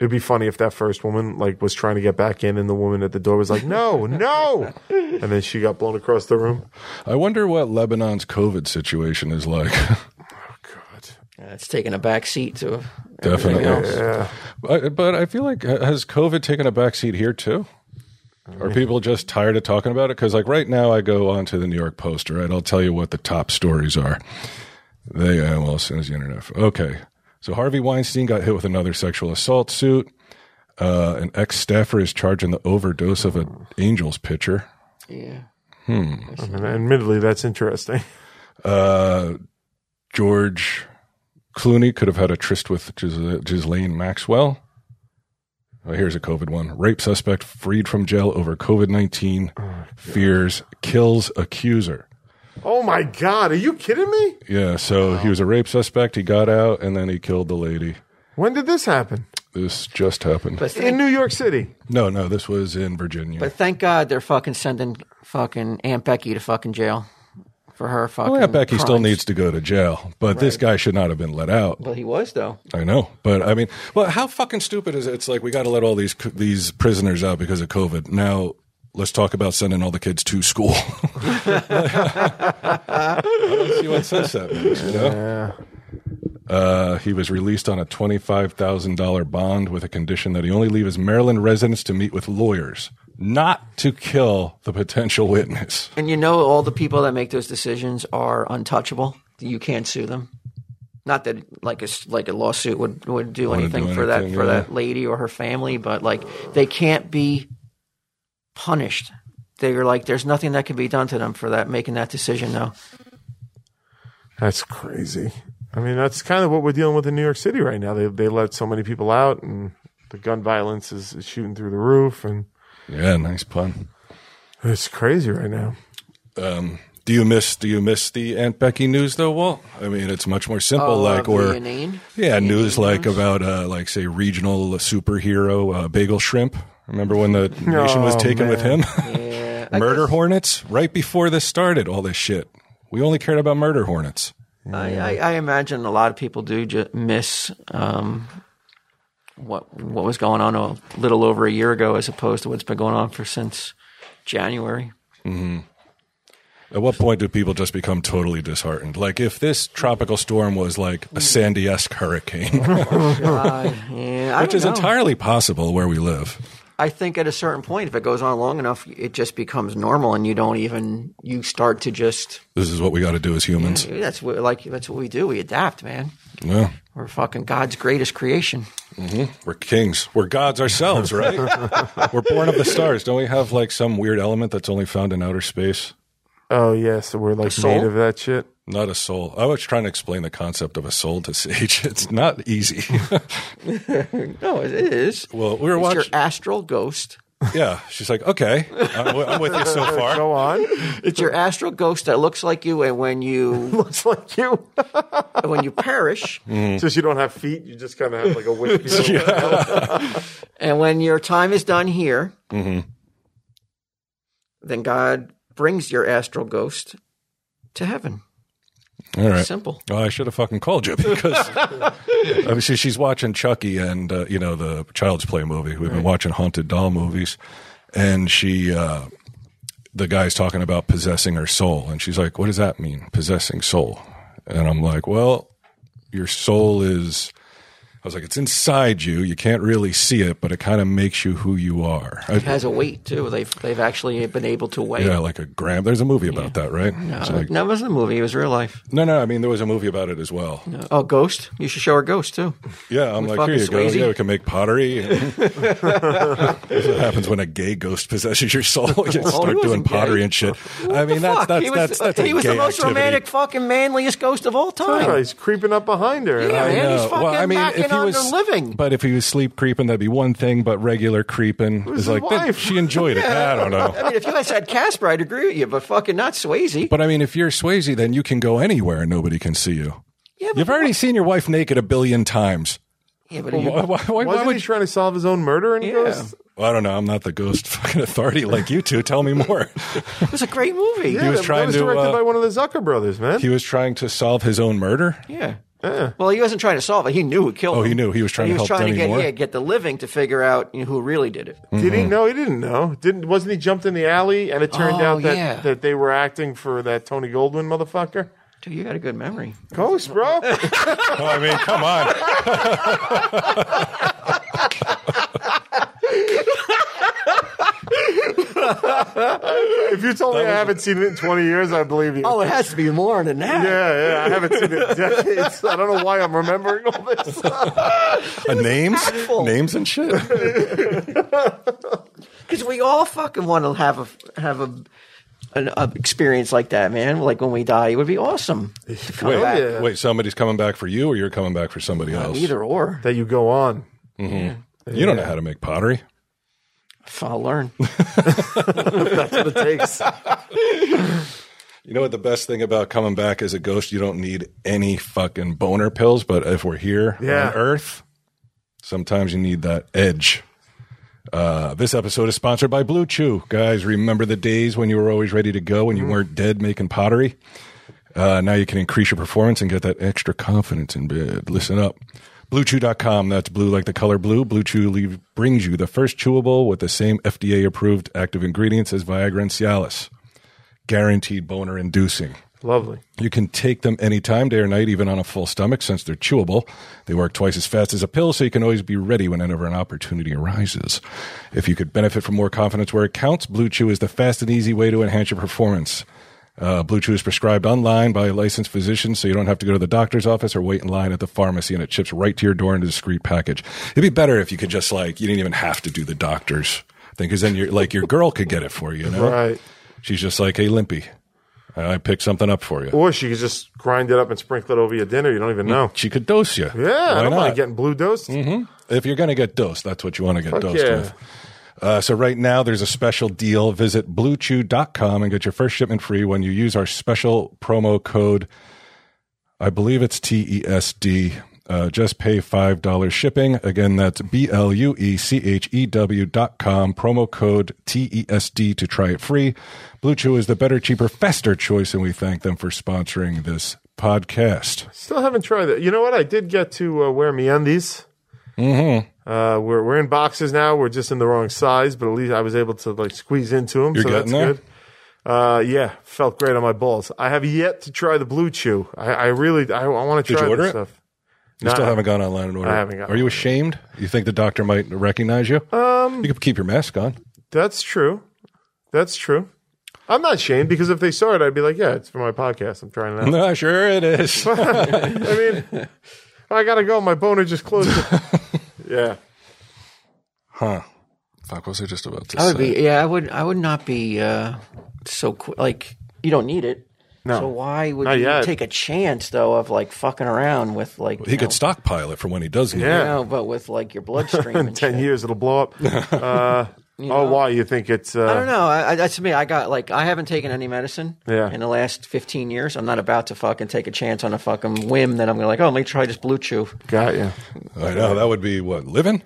Speaker 2: It'd be funny if that first woman like was trying to get back in, and the woman at the door was like, "No, no," and then she got blown across the room.
Speaker 1: I wonder what Lebanon's COVID situation is like. <laughs>
Speaker 2: God,
Speaker 5: It's taken a back seat to
Speaker 1: Definitely.
Speaker 5: everything else.
Speaker 2: yeah.
Speaker 1: But, but I feel like uh, has COVID taken a backseat here too? Are people just tired of talking about it? Because like right now, I go onto the New York Post, right? I'll tell you what the top stories are. They uh, well, as soon as the internet. Okay, so Harvey Weinstein got hit with another sexual assault suit. Uh, an ex staffer is charged in the overdose of an Angels pitcher.
Speaker 5: Yeah.
Speaker 2: And admittedly, that's interesting.
Speaker 1: Uh, George Clooney could have had a tryst with Gis- Ghislaine Maxwell. Oh, here's a COVID one. Rape suspect freed from jail over COVID 19 fears, kills accuser.
Speaker 2: Oh my god, are you kidding me?
Speaker 1: Yeah, so he was a rape suspect. He got out and then he killed the lady.
Speaker 2: When did this happen?
Speaker 1: This just happened.
Speaker 5: But
Speaker 2: In
Speaker 5: thank,
Speaker 2: New York City.
Speaker 1: no, no, this was in Virginia.
Speaker 5: but thank God they're fucking sending fucking Aunt Becky to fucking jail for her fucking.
Speaker 1: well, yeah, Becky still
Speaker 5: crimes.
Speaker 1: needs to go to jail, but this guy should not have been let out.
Speaker 5: Well, he was though.
Speaker 1: I know, but I mean, well, how fucking stupid is it? It's like we got to let all these these prisoners out because of COVID. Now let's talk about sending all the kids to school. <laughs> I don't see what sense that makes. You know? Uh, he was released on a twenty-five thousand dollar bond with a condition that he only leave his Maryland residence to meet with lawyers, not to kill the potential witness.
Speaker 5: And you know, all the people that make those decisions are untouchable. You can't sue them. Not that like a s- like a lawsuit would would do
Speaker 1: Wouldn't
Speaker 5: anything
Speaker 1: do
Speaker 5: for that
Speaker 1: anything,
Speaker 5: for
Speaker 1: yeah.
Speaker 5: that lady or her family, but like they can't be punished. They're like, there's nothing that can be done to them for that making that decision. No,
Speaker 2: That's crazy. I mean, that's kind of what we're dealing with in New York City right now. They they let so many people out, and the gun violence is, is shooting through the roof, and
Speaker 1: Yeah, nice pun.
Speaker 2: it's crazy right now.
Speaker 1: Do you miss? Do you miss the Aunt Becky news though, Walt? I mean, it's much more simple.
Speaker 5: Oh,
Speaker 1: like, or Yeah, news like about uh, like say regional superhero uh, bagel shrimp. Remember when the nation was
Speaker 2: Oh,
Speaker 1: taken with him? <laughs>
Speaker 5: yeah, I
Speaker 1: murder
Speaker 5: guess-
Speaker 1: hornets. Right before this started, all this shit. We only cared about murder hornets.
Speaker 5: I, I, I imagine a lot of people do ju- miss um, what what was going on a little over a year ago, as opposed to what's been going on for since January. <coughs>
Speaker 1: At what point do people just become totally disheartened? Like if this tropical storm was like
Speaker 5: Hmm.
Speaker 1: a Sandy-esque
Speaker 5: <laughs>
Speaker 1: hurricane,
Speaker 5: Uh, yeah, I
Speaker 1: which
Speaker 5: don't
Speaker 1: is
Speaker 5: know.
Speaker 1: entirely possible where we live.
Speaker 5: I think at a certain point, if it goes on long enough, it just becomes normal, and you don't even you start to just
Speaker 1: This is what we got to do as humans.
Speaker 5: that's what like that's what we do. We adapt, man.
Speaker 1: Yeah.
Speaker 5: We're fucking God's greatest creation.
Speaker 1: We're kings. We're gods ourselves,
Speaker 5: <laughs>
Speaker 1: right? We're born of the stars. Don't we have like some weird element that's only found in outer space?
Speaker 2: Oh yeah, so we're like
Speaker 5: soul?
Speaker 2: made of that shit.
Speaker 1: Not a soul. I was trying to explain the concept of a soul to Sage. <laughs> It's not easy.
Speaker 5: No, it is.
Speaker 1: well, we were
Speaker 5: it's your
Speaker 1: watching.
Speaker 5: astral ghost.
Speaker 1: Yeah, she's like, okay, I'm, wi- I'm with you so far.
Speaker 2: Go on.
Speaker 5: It's your astral ghost that looks like you, and when <laughs> you
Speaker 2: Looks like you.
Speaker 5: when you perish,
Speaker 2: <laughs> Just you don't have feet. You just kind of have like a wish. <laughs>
Speaker 5: and when your time is done here,
Speaker 1: Mm-hmm.
Speaker 5: then God brings your astral ghost to heaven.
Speaker 1: All right.
Speaker 5: Simple.
Speaker 1: Well, I should have fucking called you <laughs> because obviously she's watching Chucky and uh, you know the Child's Play movie. We've been watching haunted doll movies, and she, uh, the guy's talking about possessing her soul, and she's like, "What does that mean, possessing soul?" And I'm like, "Well, your soul is." I was like, "It's inside you. You can't really see it, but it kind of makes you who you are." I-
Speaker 5: It has a weight too. They've they've actually been able to weigh.
Speaker 1: yeah,
Speaker 5: it.
Speaker 1: like a gram. There's a movie about that, right? It's
Speaker 5: Uh,
Speaker 1: like-
Speaker 5: no, it wasn't a movie. It was real life.
Speaker 1: no, no. I mean, there was a movie about it as well.
Speaker 5: Oh, Ghost. You should show her Ghost too.
Speaker 1: Yeah, I'm
Speaker 5: With
Speaker 1: like, here you
Speaker 5: fucking Swayze.
Speaker 1: go. Yeah, we can make pottery.
Speaker 5: <laughs>
Speaker 1: That's what happens when a gay ghost possesses your soul. <laughs> You start doing
Speaker 5: Oh, wasn't
Speaker 1: pottery
Speaker 5: gay.
Speaker 1: and shit. I mean, that's
Speaker 5: Fuck,
Speaker 1: that's
Speaker 5: he was,
Speaker 1: that's that's a
Speaker 5: he was the
Speaker 1: gay
Speaker 5: most
Speaker 1: activity.
Speaker 5: romantic, fucking manliest ghost of all time.
Speaker 2: Oh, He's creeping up behind her.
Speaker 5: Yeah,
Speaker 1: I
Speaker 5: man, he's
Speaker 1: know.
Speaker 5: fucking
Speaker 1: well, I mean,
Speaker 5: macking
Speaker 1: if he
Speaker 5: on
Speaker 1: was
Speaker 5: their living.
Speaker 1: but if he was sleep creeping, that'd be one thing. But regular creeping
Speaker 2: was
Speaker 1: is
Speaker 2: his
Speaker 1: like that-
Speaker 2: wife.
Speaker 1: she
Speaker 5: <laughs>
Speaker 1: enjoyed it. I don't know.
Speaker 5: I mean, if you guys had Casper, I'd agree with you, but fucking not Swayze.
Speaker 1: But I mean, if you're Swayze, then you can go anywhere and nobody can see you.
Speaker 5: yeah, but,
Speaker 1: You've already seen your wife naked a billion times.
Speaker 5: yeah, but you-
Speaker 1: Why, why, why, why
Speaker 2: Wasn't
Speaker 1: would
Speaker 2: he trying to solve his own murder in Ghost?
Speaker 1: Well, I don't know. I'm not the ghost <laughs> fucking authority like you two. Tell me more.
Speaker 5: it was a great movie.
Speaker 2: Yeah,
Speaker 1: was
Speaker 2: that,
Speaker 1: trying
Speaker 2: that was
Speaker 1: to,
Speaker 2: directed
Speaker 1: uh,
Speaker 2: by one of the Zucker brothers, man.
Speaker 1: he was trying to solve his own murder.
Speaker 5: Yeah. Well, he wasn't trying to solve it. He knew who killed
Speaker 1: Oh,
Speaker 5: him.
Speaker 1: he knew. He was trying
Speaker 5: he
Speaker 1: to
Speaker 5: was
Speaker 1: help
Speaker 5: trying
Speaker 1: Demi
Speaker 5: to get,
Speaker 1: Moore. Hmm.
Speaker 5: yeah, get the living to figure out you know, who really did it.
Speaker 2: Did he? No, he didn't know. Didn't wasn't he jumped in the alley and it turned
Speaker 5: Oh,
Speaker 2: out that,
Speaker 5: yeah.
Speaker 2: that they were acting for that Tony Goldwyn motherfucker?
Speaker 5: Dude, you got a good memory.
Speaker 2: Ghost,
Speaker 5: <laughs>
Speaker 2: bro.
Speaker 1: Oh, I mean, come on.
Speaker 2: if you told me I haven't seen it in 20 years, I believe you.
Speaker 5: Oh, it has to be more than that.
Speaker 2: Yeah, yeah, I haven't seen it in decades. I don't know why I'm remembering all
Speaker 5: <laughs>
Speaker 2: this.
Speaker 1: Uh, names,
Speaker 5: awful.
Speaker 1: names and shit.
Speaker 5: Because we all fucking want to have a have a an a experience like that, man. Like when we die, it would be awesome. to come
Speaker 1: Wait,
Speaker 5: back.
Speaker 2: yeah.
Speaker 1: wait, somebody's coming back for you, or you're coming back for somebody else.
Speaker 5: Either or,
Speaker 2: That you go on.
Speaker 1: You don't know how to make pottery. <laughs>
Speaker 5: I'll learn.
Speaker 2: It takes.
Speaker 1: You know what? The best thing about coming back as a ghost, you don't need any fucking boner pills. But if we're here
Speaker 2: Yeah.
Speaker 1: on Earth, sometimes you need that edge. Uh, this episode is sponsored by Blue Chew. Guys, remember the days when you were always ready to go and you weren't dead making pottery? Uh, now you can increase your performance and get that extra confidence in bed. Listen up. BlueChew.com. That's blue like the color blue. Blue Chew leave, brings you the first chewable with the same FDA approved active ingredients as Viagra and Cialis. Guaranteed boner inducing.
Speaker 2: <laughs> Lovely.
Speaker 1: You can take them anytime, day or night, even on a full stomach, since they're chewable. They work twice as fast as a pill, so you can always be ready whenever an opportunity arises. If you could benefit from more confidence where it counts, Blue Chew is the fast and easy way to enhance your performance. Uh, Blue Chew is prescribed online by a licensed physician, so you don't have to go to the doctor's office or wait in line at the pharmacy, and it ships right to your door in a discreet package. It'd be better if you could just like you didn't even have to do the doctor's thing, because then you're like your girl could get it for you. you know?
Speaker 2: Right.
Speaker 1: She's just like, hey, Limpy, I picked something up for you.
Speaker 2: Or she could just grind it up and sprinkle it over your dinner. You don't
Speaker 5: Mm.
Speaker 2: even know.
Speaker 1: She could dose you.
Speaker 2: Yeah, oh I
Speaker 1: Why
Speaker 2: don't mind
Speaker 1: not?
Speaker 2: getting blue dosed.
Speaker 1: if you're going to get dosed, that's what you want to get dosed
Speaker 2: yeah.
Speaker 1: with. Uh, so right now there's a special deal. Visit bluechew.com and get your first shipment free when you use our special promo code. I believe it's TESD. Uh, just pay $5 shipping. Again, that's B L U E C H E W dot com, promo code TESD to try it free. Blue Chew is the better, cheaper, faster choice, and we thank them for sponsoring this podcast.
Speaker 2: Still haven't tried that. You know what? I did get to uh, wear me undies. Mm-hmm. Uh, we're we're in boxes now. We're just in the wrong size, but at least I was able to like squeeze into them.
Speaker 1: You're
Speaker 2: so that's
Speaker 1: getting there?
Speaker 2: good. Uh, yeah, felt great on my balls. I have yet to try the blue chew. I, I really I, want to
Speaker 1: you
Speaker 2: try
Speaker 1: order
Speaker 2: this
Speaker 1: it?
Speaker 2: stuff.
Speaker 1: You still haven't gone online and ordered.
Speaker 2: I haven't gone
Speaker 1: Are you ashamed? You think the doctor might recognize you? Um, you could keep your mask on. <laughs>
Speaker 2: That's true. That's true. I'm not ashamed because if they saw it, I'd be like, yeah, it's for my podcast. I'm
Speaker 1: <laughs>
Speaker 2: trying it out.
Speaker 1: No, sure it
Speaker 2: <laughs>
Speaker 1: is.
Speaker 2: I mean, I gotta go. My boner just
Speaker 1: <laughs>
Speaker 2: closed. yeah.
Speaker 1: Fuck, what was I just about to
Speaker 5: I
Speaker 1: say?
Speaker 5: would be. Yeah, I would. I would not be uh, so qu- like you don't need it. No. So why would
Speaker 2: Not
Speaker 5: you
Speaker 2: yet.
Speaker 5: take a chance though of like fucking around with like
Speaker 1: he
Speaker 5: you
Speaker 1: could
Speaker 5: know,
Speaker 1: stockpile it for when he does need
Speaker 2: Yeah.
Speaker 1: it.
Speaker 5: No, but with like your
Speaker 1: <laughs>
Speaker 5: bloodstream. and
Speaker 2: Ten
Speaker 5: shit.
Speaker 2: years, it'll blow up. Uh, oh, why you think it's? Uh,
Speaker 5: I don't know. I, I, that's me. I got like I haven't taken any medicine
Speaker 2: Yeah.
Speaker 5: in the last fifteen years. I'm not about to fucking take a chance on a fucking whim that I'm gonna like. Oh, let me try this
Speaker 1: <laughs>
Speaker 5: blue chew.
Speaker 2: Got you.
Speaker 1: I know. That would be what? Living?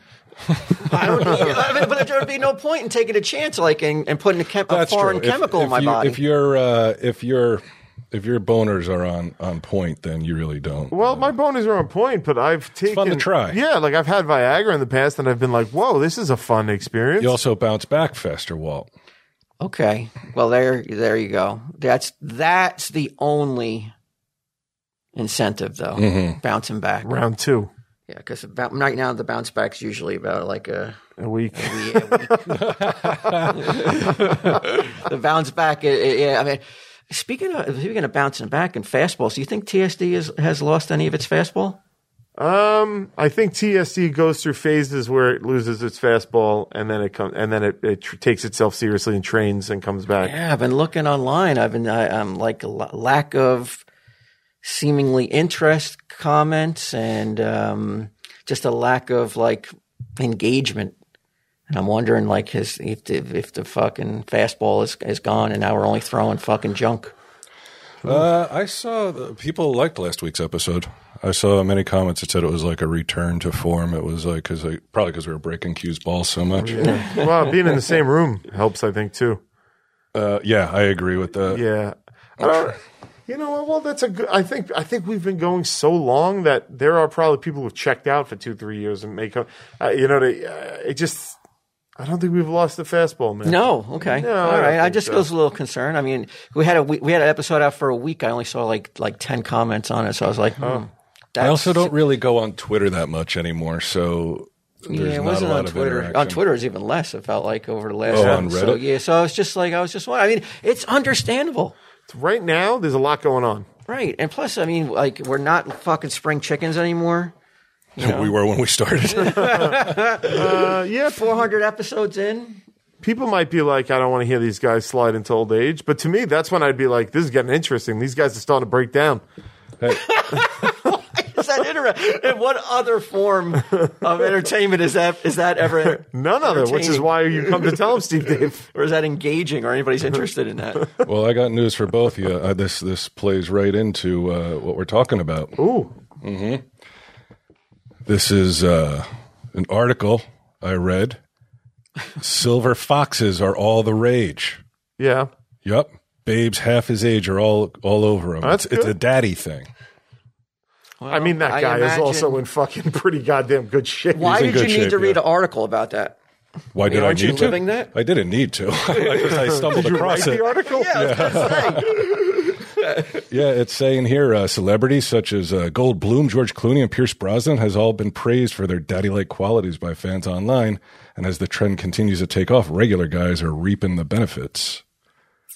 Speaker 5: I don't. I mean, but there would be no point in taking a chance like and, and putting a, chem- a foreign
Speaker 1: If-
Speaker 5: chemical
Speaker 1: if,
Speaker 5: in my
Speaker 1: you,
Speaker 5: body.
Speaker 1: If, your uh, if, your if your boners are on, on point, then you really don't.
Speaker 2: Well, my boners are on point, but I've taken
Speaker 1: fun to try.
Speaker 2: Yeah, like I've had Viagra in the past, and I've been like, "Whoa, this is a fun experience."
Speaker 1: you also bounce back faster, Walt.
Speaker 5: Okay. Well, there, there you go. That's that's the only incentive, though.
Speaker 1: Mm-hmm.
Speaker 5: Bouncing back.
Speaker 2: Round two,
Speaker 5: Yeah, because right now the bounce back's usually about like a.
Speaker 2: a week.
Speaker 5: yeah, we- the bounce back. i- i- yeah, I mean, speaking of speaking of bouncing back and fastballs, do you think TSD is, has lost any of its fastball?
Speaker 2: Um, I think TSD goes through phases where it loses its fastball, and then it comes, and then it, it tr- takes itself seriously and trains and comes back.
Speaker 5: Yeah, I've been looking online. I've been I, I'm like a l- lack of seemingly interest comments and um, just a lack of like engagement. And I'm wondering like his if the, if the fucking fastball is is gone and now we're only throwing fucking junk.
Speaker 2: Hmm.
Speaker 1: Uh, I saw the, people liked last week's episode. I saw many comments that said it was like a return to form. It was like because probably because we were breaking Q's balls so much. Yeah.
Speaker 2: Well, being in the same room helps, I think, too.
Speaker 1: Uh, yeah, I agree with that.
Speaker 2: Yeah. I don't, You know what? Well, that's a good. I think I think we've been going so long that there are probably people who've checked out for two, three years and may come. Uh, you know, they, uh, it just. I don't think we've lost the fastball, man.
Speaker 5: No, okay,
Speaker 2: No, I
Speaker 5: all
Speaker 2: don't
Speaker 5: right. I
Speaker 2: think
Speaker 5: just
Speaker 2: so.
Speaker 5: was a little concerned. I mean, we had a we, we had an episode out for a week. I only saw like like ten comments on it, so I was like, hmm,
Speaker 1: I
Speaker 5: that's-
Speaker 1: also don't really go on Twitter that much anymore, so there's
Speaker 5: Yeah, it
Speaker 1: not
Speaker 5: wasn't
Speaker 1: a lot
Speaker 5: on
Speaker 1: of
Speaker 5: Twitter.
Speaker 1: interaction.
Speaker 5: On Twitter, it's even less. It felt like over the last.
Speaker 1: Oh, on
Speaker 5: So,
Speaker 1: Reddit?
Speaker 5: yeah, so I was just like, I was just. wondering. I mean, it's understandable,
Speaker 2: Right now, there's a lot going on.
Speaker 5: right? And plus, I mean, like we're not fucking spring chickens anymore.
Speaker 1: we were when we
Speaker 5: <laughs>
Speaker 1: started.
Speaker 2: Uh, yeah,
Speaker 5: Four hundred episodes in.
Speaker 2: people might be like, I don't want to hear these guys slide into old age. But to me, that's when I'd be like, this is getting interesting. These guys are starting to break down.
Speaker 5: Is that interesting? In what other form of entertainment is that is that ever,
Speaker 2: None of it, which is
Speaker 5: Entertaining.
Speaker 2: why you come to tell them,
Speaker 5: <laughs>
Speaker 2: Steve Dave.
Speaker 5: or is that engaging, or anybody's interested in that?
Speaker 1: well, I got news for both of you. Uh, this this plays right into uh, what we're talking about. Mm-hmm.
Speaker 2: Ooh,
Speaker 1: This is uh, an article I read. Silver foxes are all the rage.
Speaker 2: yeah.
Speaker 1: Yep, babes half his age are all all over him.
Speaker 2: That's
Speaker 1: it's, it's a
Speaker 2: good.
Speaker 1: daddy thing.
Speaker 2: I mean, that
Speaker 5: I
Speaker 2: guy is
Speaker 5: imagine-
Speaker 2: also in fucking pretty goddamn good shape.
Speaker 5: Why
Speaker 1: in
Speaker 5: did you
Speaker 1: good
Speaker 5: need
Speaker 1: shape,
Speaker 5: to read
Speaker 1: yeah.
Speaker 5: an article about that?
Speaker 1: Why did I
Speaker 5: aren't
Speaker 1: need
Speaker 5: you
Speaker 1: to?
Speaker 5: living that?
Speaker 1: I didn't need to. <laughs>
Speaker 5: <laughs>
Speaker 1: I stumbled
Speaker 2: Write
Speaker 1: across it.
Speaker 2: the article?
Speaker 1: Yeah, it's saying here uh, celebrities such as uh, Goldblum, George Clooney, and Pierce Brosnan has all been praised for their daddy-like qualities by fans online, and as the trend continues to take off, regular guys are reaping the benefits.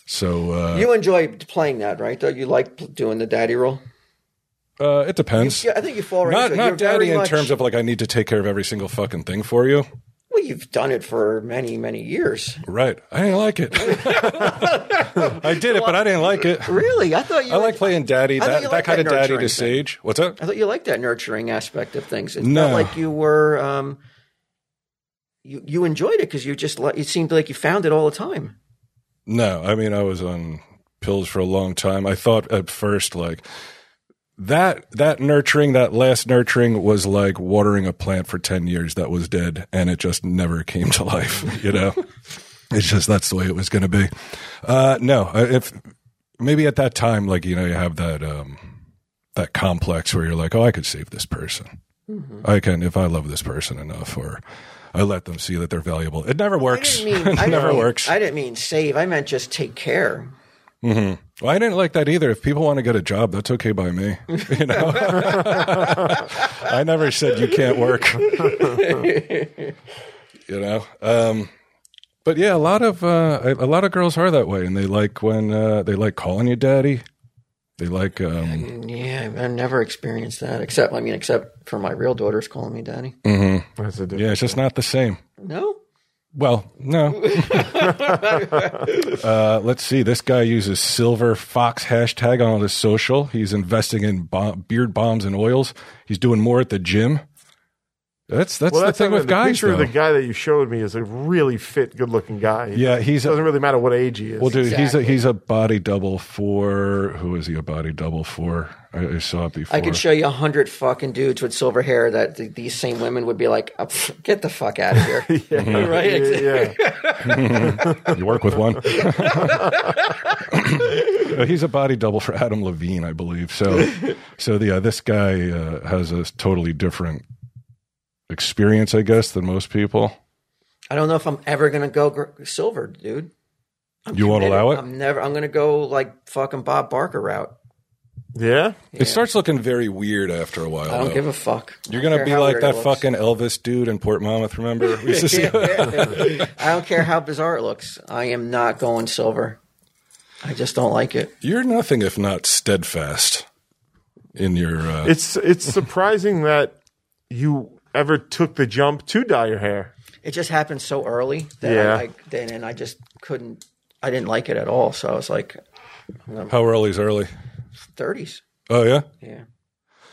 Speaker 1: So uh,
Speaker 5: You enjoy playing that, right? Don't you like p- doing the daddy role?
Speaker 1: uh, it depends.
Speaker 5: Yeah, I think you fall right
Speaker 1: Not
Speaker 5: into it.
Speaker 1: not
Speaker 5: You're very
Speaker 1: daddy in
Speaker 5: much-
Speaker 1: terms of like I need to take care of every single fucking thing for you.
Speaker 5: Well, you've done it for many, many years.
Speaker 1: Right? I didn't like it. <laughs> I did it, but I didn't like it.
Speaker 5: Really, I thought you.
Speaker 1: I like playing daddy.
Speaker 5: I thought
Speaker 1: That,
Speaker 5: you
Speaker 1: that
Speaker 5: liked
Speaker 1: kind
Speaker 5: that
Speaker 1: of daddy
Speaker 5: nurturing
Speaker 1: to
Speaker 5: thing.
Speaker 1: sage. What's that?
Speaker 5: I thought you liked that nurturing aspect of things. It's
Speaker 1: No.
Speaker 5: not like you were. Um, you you enjoyed it because you just li- it seemed like you found it all the time.
Speaker 1: No, I mean I was on pills for a long time. I thought at first like that that nurturing, that last nurturing was like watering a plant for 10 years that was dead and it just never <laughs> came to life, you know. it's just that's the way it was going to be. Uh no, I- if maybe at that time like you know you have that um that complex where you're like, "Oh, I could save this person."
Speaker 5: Mm-hmm.
Speaker 1: I can if I love this person enough or I let them see that they're valuable. It never
Speaker 5: I
Speaker 1: works.
Speaker 5: didn't mean. I
Speaker 1: <laughs> it
Speaker 5: didn't
Speaker 1: never
Speaker 5: mean-
Speaker 1: works.
Speaker 5: I didn't mean save. I meant just take care.
Speaker 1: Well, I didn't like that either. If people want to get a job, that's okay by me. <laughs> You know, I never said you can't work. <laughs> you know, um, but yeah, a lot of uh, a lot of girls are that way, and they like when uh, they like calling you daddy. They like um,
Speaker 5: Yeah, I've- I've never experienced that except I mean, except for my real daughter's calling me daddy.
Speaker 2: That's a different-
Speaker 1: yeah, it's just not the same.
Speaker 5: No,
Speaker 1: Well,
Speaker 2: <laughs>
Speaker 1: no. uh, let's see. This guy uses silver fox hashtag on all his social. He's investing in bomb, beard bombs and oils. He's doing more at the gym. That's that's
Speaker 2: Well,
Speaker 1: the
Speaker 2: that's
Speaker 1: thing
Speaker 2: not-
Speaker 1: with
Speaker 2: the
Speaker 1: guys.
Speaker 2: Picture of
Speaker 1: though.
Speaker 2: the guy that you showed me is a really fit, good-looking guy.
Speaker 1: yeah, he's
Speaker 2: it doesn't
Speaker 1: a,
Speaker 2: really matter what age he is.
Speaker 1: well, dude. He's a
Speaker 5: Exactly.
Speaker 1: he's a body double for who is he a body double for? I, I saw it before.
Speaker 5: I could show you a hundred fucking dudes with silver hair that th- these same women would be like, "Oh, pff, "Get the fuck out of
Speaker 1: <laughs>
Speaker 5: here!"
Speaker 2: yeah,
Speaker 5: <laughs> Right?
Speaker 2: yeah.
Speaker 1: you work with <laughs> one. Uh, he's a body double for Adam Levine, I believe. So, so the, uh, this guy uh, has a totally different experience, I guess, than most people.
Speaker 5: I don't know if I'm ever gonna go gr- silver, dude.
Speaker 1: you won't allow it.
Speaker 5: I'm never. I'm gonna go like fucking Bob Barker route.
Speaker 2: yeah.
Speaker 1: It starts looking very weird after a while.
Speaker 5: I don't
Speaker 1: though.
Speaker 5: give a fuck.
Speaker 1: Oh. You're
Speaker 5: I don't
Speaker 1: gonna
Speaker 5: care
Speaker 1: be
Speaker 5: how
Speaker 1: like
Speaker 5: weird
Speaker 1: that
Speaker 5: it looks.
Speaker 1: fucking Elvis dude in Portmouth.
Speaker 5: <laughs>
Speaker 1: Remember? We used to see-
Speaker 5: I don't care how bizarre it looks. I am not going silver. I just don't like it.
Speaker 1: You're nothing if not steadfast in your. Uh,
Speaker 2: It's it's surprising that you ever took the jump to dye your hair.
Speaker 5: It just happened so early that
Speaker 2: Yeah.
Speaker 5: I, like then and I just couldn't. I didn't like it at all. So I was like,
Speaker 1: how early's early?
Speaker 5: thirties.
Speaker 1: Oh yeah.
Speaker 5: Yeah,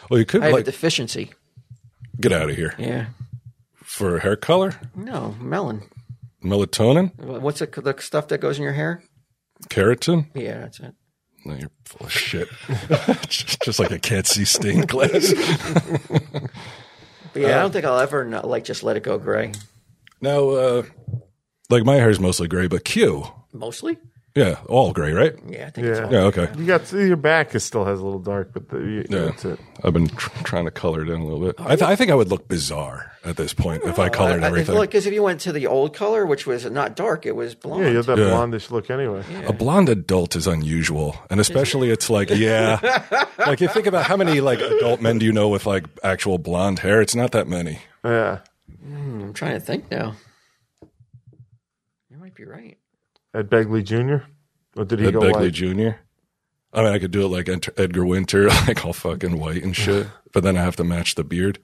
Speaker 1: Well, you could
Speaker 5: I have a
Speaker 1: like
Speaker 5: deficiency.
Speaker 1: get out of here
Speaker 5: Yeah.
Speaker 1: for hair color,
Speaker 5: No, melon.
Speaker 1: melatonin,
Speaker 5: What's it, the stuff that goes in your hair?
Speaker 1: keratin.
Speaker 5: Yeah, that's it.
Speaker 1: No, you're full of shit. <laughs> just, just like I can't see stained glass.
Speaker 5: But yeah, I don't think I'll ever not, like just let it go gray.
Speaker 1: now, uh, like my hair's mostly gray, but Q,
Speaker 5: Mostly.
Speaker 1: Yeah, all gray, right?
Speaker 5: Yeah, I think it's
Speaker 2: Yeah.
Speaker 5: all.
Speaker 1: Yeah, okay.
Speaker 2: You got see, your back is still has a little dark, but the, you,
Speaker 1: Yeah.
Speaker 2: that's it.
Speaker 1: I've been tr- trying to color it in a little bit. I, th- I think I would look bizarre at this point if I colored
Speaker 5: I- I-
Speaker 1: everything.
Speaker 5: Look, because if you went to the old color, which was not dark, it was blonde.
Speaker 2: Yeah, you have that
Speaker 1: Yeah.
Speaker 2: blondish look anyway.
Speaker 1: A blonde adult is unusual, and especially it's like, yeah,
Speaker 5: <laughs>
Speaker 1: like you think about how many like adult men do you know with like actual blonde hair? It's not that many.
Speaker 2: Yeah,
Speaker 5: I'm trying to think now. You might be right.
Speaker 2: Ed Begley Jr. Or did he
Speaker 1: Ed
Speaker 2: go
Speaker 1: Begley
Speaker 2: white?
Speaker 1: Jr. I mean, I could do it like Ent- Edgar Winter, <laughs> like all fucking white and shit, but then I have to match the beard.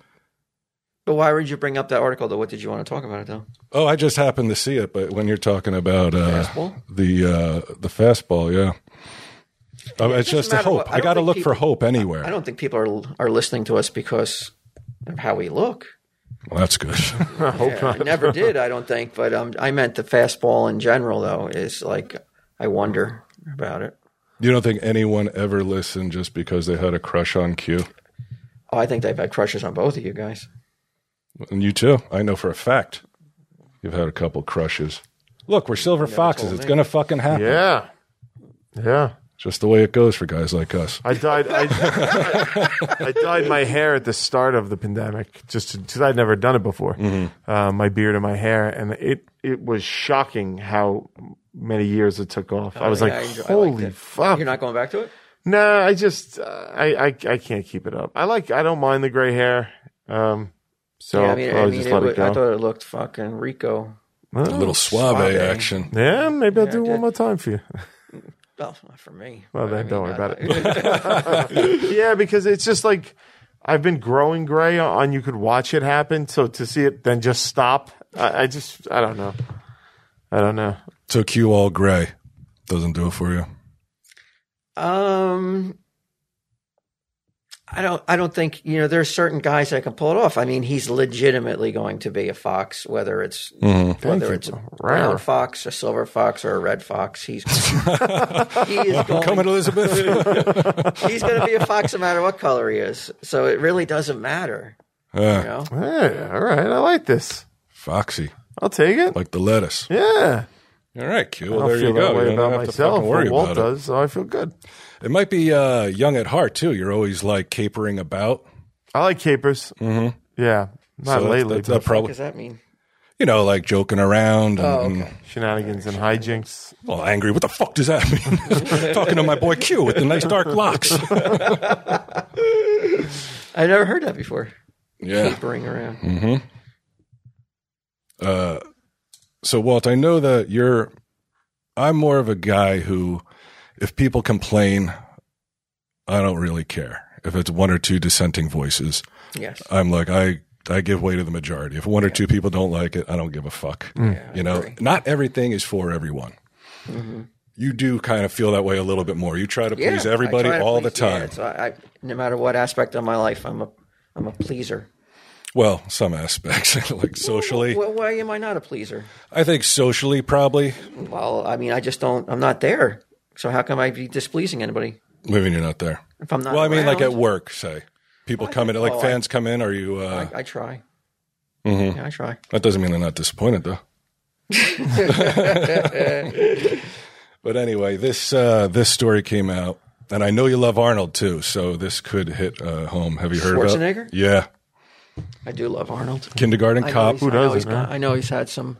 Speaker 5: But why would you bring up that article? Though, what did you want to talk about it though?
Speaker 1: Oh, I just happened to see it, but when you're talking about uh,
Speaker 5: Fastball?
Speaker 1: the uh, the fastball, yeah, I mean, it's
Speaker 5: doesn't
Speaker 1: just a
Speaker 5: matter
Speaker 1: hope.
Speaker 5: what- I
Speaker 1: I
Speaker 5: don't
Speaker 1: got to
Speaker 5: think
Speaker 1: look for
Speaker 5: people-
Speaker 1: hope anywhere.
Speaker 5: I don't think people are are listening to us because of how we look.
Speaker 1: well, that's good. <laughs>
Speaker 5: Yeah, I never did, I don't think. But um, I meant the fastball in general, though. Is like I wonder about it.
Speaker 1: you don't think anyone ever listened just because they had a crush on Q?
Speaker 5: Oh, I think they've had crushes on both of you guys.
Speaker 1: And you too. I know for a fact you've had a couple crushes. Look, we're silver foxes. It's going to fucking happen.
Speaker 2: Yeah, yeah.
Speaker 1: Just the way it goes for guys like us.
Speaker 2: I dyed I, I, dyed my hair at the start of the pandemic just because I'd never done it before.
Speaker 5: Mm-hmm.
Speaker 2: Uh, my beard and my hair, and it it was shocking how many years it took off. I was
Speaker 5: Oh, yeah,
Speaker 2: like,
Speaker 5: I enjoy- I liked
Speaker 2: holy
Speaker 5: it.
Speaker 2: fuck!
Speaker 5: You're not going back to it.
Speaker 2: Nah, I just uh, I, I I can't keep it up. I like I don't mind the gray hair. Um, so
Speaker 5: yeah, I
Speaker 2: I'll
Speaker 5: mean, I,
Speaker 2: probably
Speaker 5: mean
Speaker 2: just
Speaker 5: it
Speaker 2: let
Speaker 5: would,
Speaker 2: it go.
Speaker 5: I thought it looked fucking Rico.
Speaker 1: a little suave,
Speaker 5: suave.
Speaker 1: action.
Speaker 2: yeah, maybe I'll do it
Speaker 5: I did.
Speaker 2: one more time for you.
Speaker 5: Well, not for me.
Speaker 2: Well, then
Speaker 5: I mean,
Speaker 2: don't worry
Speaker 5: I-
Speaker 2: about it. yeah, because it's just like I've been growing gray on. You could watch it happen. So to see it then just stop, I, I just I don't know. I don't know.
Speaker 1: So Q all gray doesn't do it for you.
Speaker 5: Um, I don't. I don't think you know. There's certain guys that can pull it off. I mean, he's legitimately going to be a fox, whether it's
Speaker 2: Mm-hmm.
Speaker 5: whether it's a brown
Speaker 2: Rawr.
Speaker 5: fox, a silver fox, or a red fox. He's
Speaker 2: <laughs>
Speaker 5: he is going,
Speaker 1: Coming, <laughs> Elizabeth.
Speaker 5: he's going to be a fox no matter what color he is. So it really doesn't matter. You know,
Speaker 2: Yeah, all right, I like this.
Speaker 1: Foxy,
Speaker 2: I'll take it.
Speaker 1: like the lettuce.
Speaker 2: Yeah,
Speaker 1: All right, Q.
Speaker 2: I
Speaker 1: Well,
Speaker 2: don't
Speaker 1: there
Speaker 2: feel
Speaker 1: you
Speaker 2: that
Speaker 1: go. You
Speaker 2: way
Speaker 1: don't
Speaker 2: about
Speaker 1: have to
Speaker 2: myself.
Speaker 1: fucking worry
Speaker 2: but Walt
Speaker 1: about it.
Speaker 2: does, so I feel good.
Speaker 1: It might be uh, young at heart too. You're always like capering about.
Speaker 2: I like capers. Mm-hmm. Yeah, not
Speaker 1: So
Speaker 2: lately.
Speaker 1: that's, that's
Speaker 2: but
Speaker 5: what
Speaker 1: probably
Speaker 5: does that mean?
Speaker 1: you know like joking around. And,
Speaker 2: Oh,
Speaker 1: and-
Speaker 2: shenanigans and hijinks.
Speaker 1: Well, angry. What the fuck does that mean? <laughs> Talking to my boy Q with the nice dark <laughs> locks.
Speaker 5: I never heard that before.
Speaker 1: yeah. Mm-hmm.
Speaker 5: Capering around.
Speaker 1: Uh, So, Walt, I know that you're. I'm more of a guy who, if people complain, I don't really care. If it's one or two dissenting voices,
Speaker 5: Yes.
Speaker 1: I'm like I. I give way to the majority. If one or two people don't like it, I don't give a fuck.
Speaker 5: Mm.
Speaker 1: you know, not everything is for everyone. You do kind of feel that way a little bit more. You try to
Speaker 5: Mm-hmm. Yeah,
Speaker 1: please
Speaker 5: I
Speaker 1: everybody
Speaker 5: try to
Speaker 1: all the
Speaker 5: please- yeah,
Speaker 1: time.
Speaker 5: so I, I, no matter what aspect of my life, I'm a I'm a pleaser.
Speaker 1: well, some aspects, <laughs> like socially.
Speaker 5: Well, why am I not a pleaser?
Speaker 1: I think socially, probably.
Speaker 5: Well, I mean, I just don't. I'm not there. So how come I be displeasing anybody
Speaker 1: Maybe you're not there.
Speaker 5: if I'm not?
Speaker 1: Well, I mean, like at
Speaker 5: around?
Speaker 1: work, say people come in, like
Speaker 5: oh, I-
Speaker 1: fans come in. Are you? Uh,
Speaker 5: I, I try.
Speaker 1: Mm-hmm.
Speaker 5: Yeah, I try.
Speaker 1: that doesn't mean they're not disappointed,
Speaker 5: <laughs>
Speaker 1: though. but anyway, this uh, this story came out, and I know you love Arnold too, so this could hit uh, home. Have you heard about
Speaker 5: Schwarzenegger?
Speaker 1: Yeah,
Speaker 5: I do love Arnold.
Speaker 1: kindergarten
Speaker 5: I know
Speaker 1: cop.
Speaker 5: he's- I know
Speaker 2: doesn't,
Speaker 5: he's got- I know he's had some.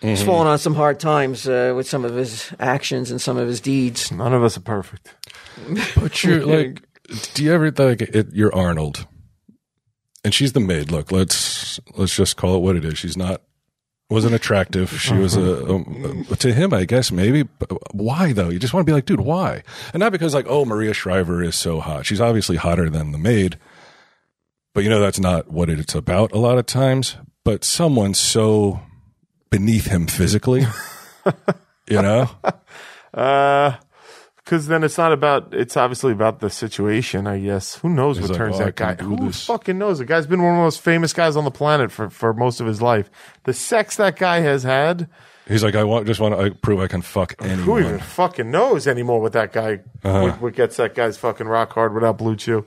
Speaker 1: Mm-hmm.
Speaker 5: He's fallen on some hard times uh, with some of his actions and some of his deeds.
Speaker 2: None of us are perfect.
Speaker 1: But you're like, do you ever like it, you're Arnold, and she's the maid. Look, let's let's just call it what it is. She's not wasn't attractive. She was a, um, uh, to him, I guess maybe. But why though? You just want to be like, dude, why? And not because like, oh, Maria Shriver is so hot. She's obviously hotter than the maid. But you know that's not what it's about a lot of times. But someone so beneath him physically, you know.
Speaker 2: Because Uh, then it's not about. It's obviously about the situation, I guess. Who knows what
Speaker 1: like,
Speaker 2: turns
Speaker 1: "Oh, I
Speaker 2: that guy?
Speaker 1: can do
Speaker 2: Who
Speaker 1: this."
Speaker 2: fucking knows? The guy's been one of the most famous guys on the planet for for most of his life. The sex that guy has had,
Speaker 1: He's like, I want just want to prove I can fuck anyone. Uh-huh.
Speaker 2: who even fucking knows anymore? What that guy, what, what gets that guy's fucking rock hard without Blue Chew?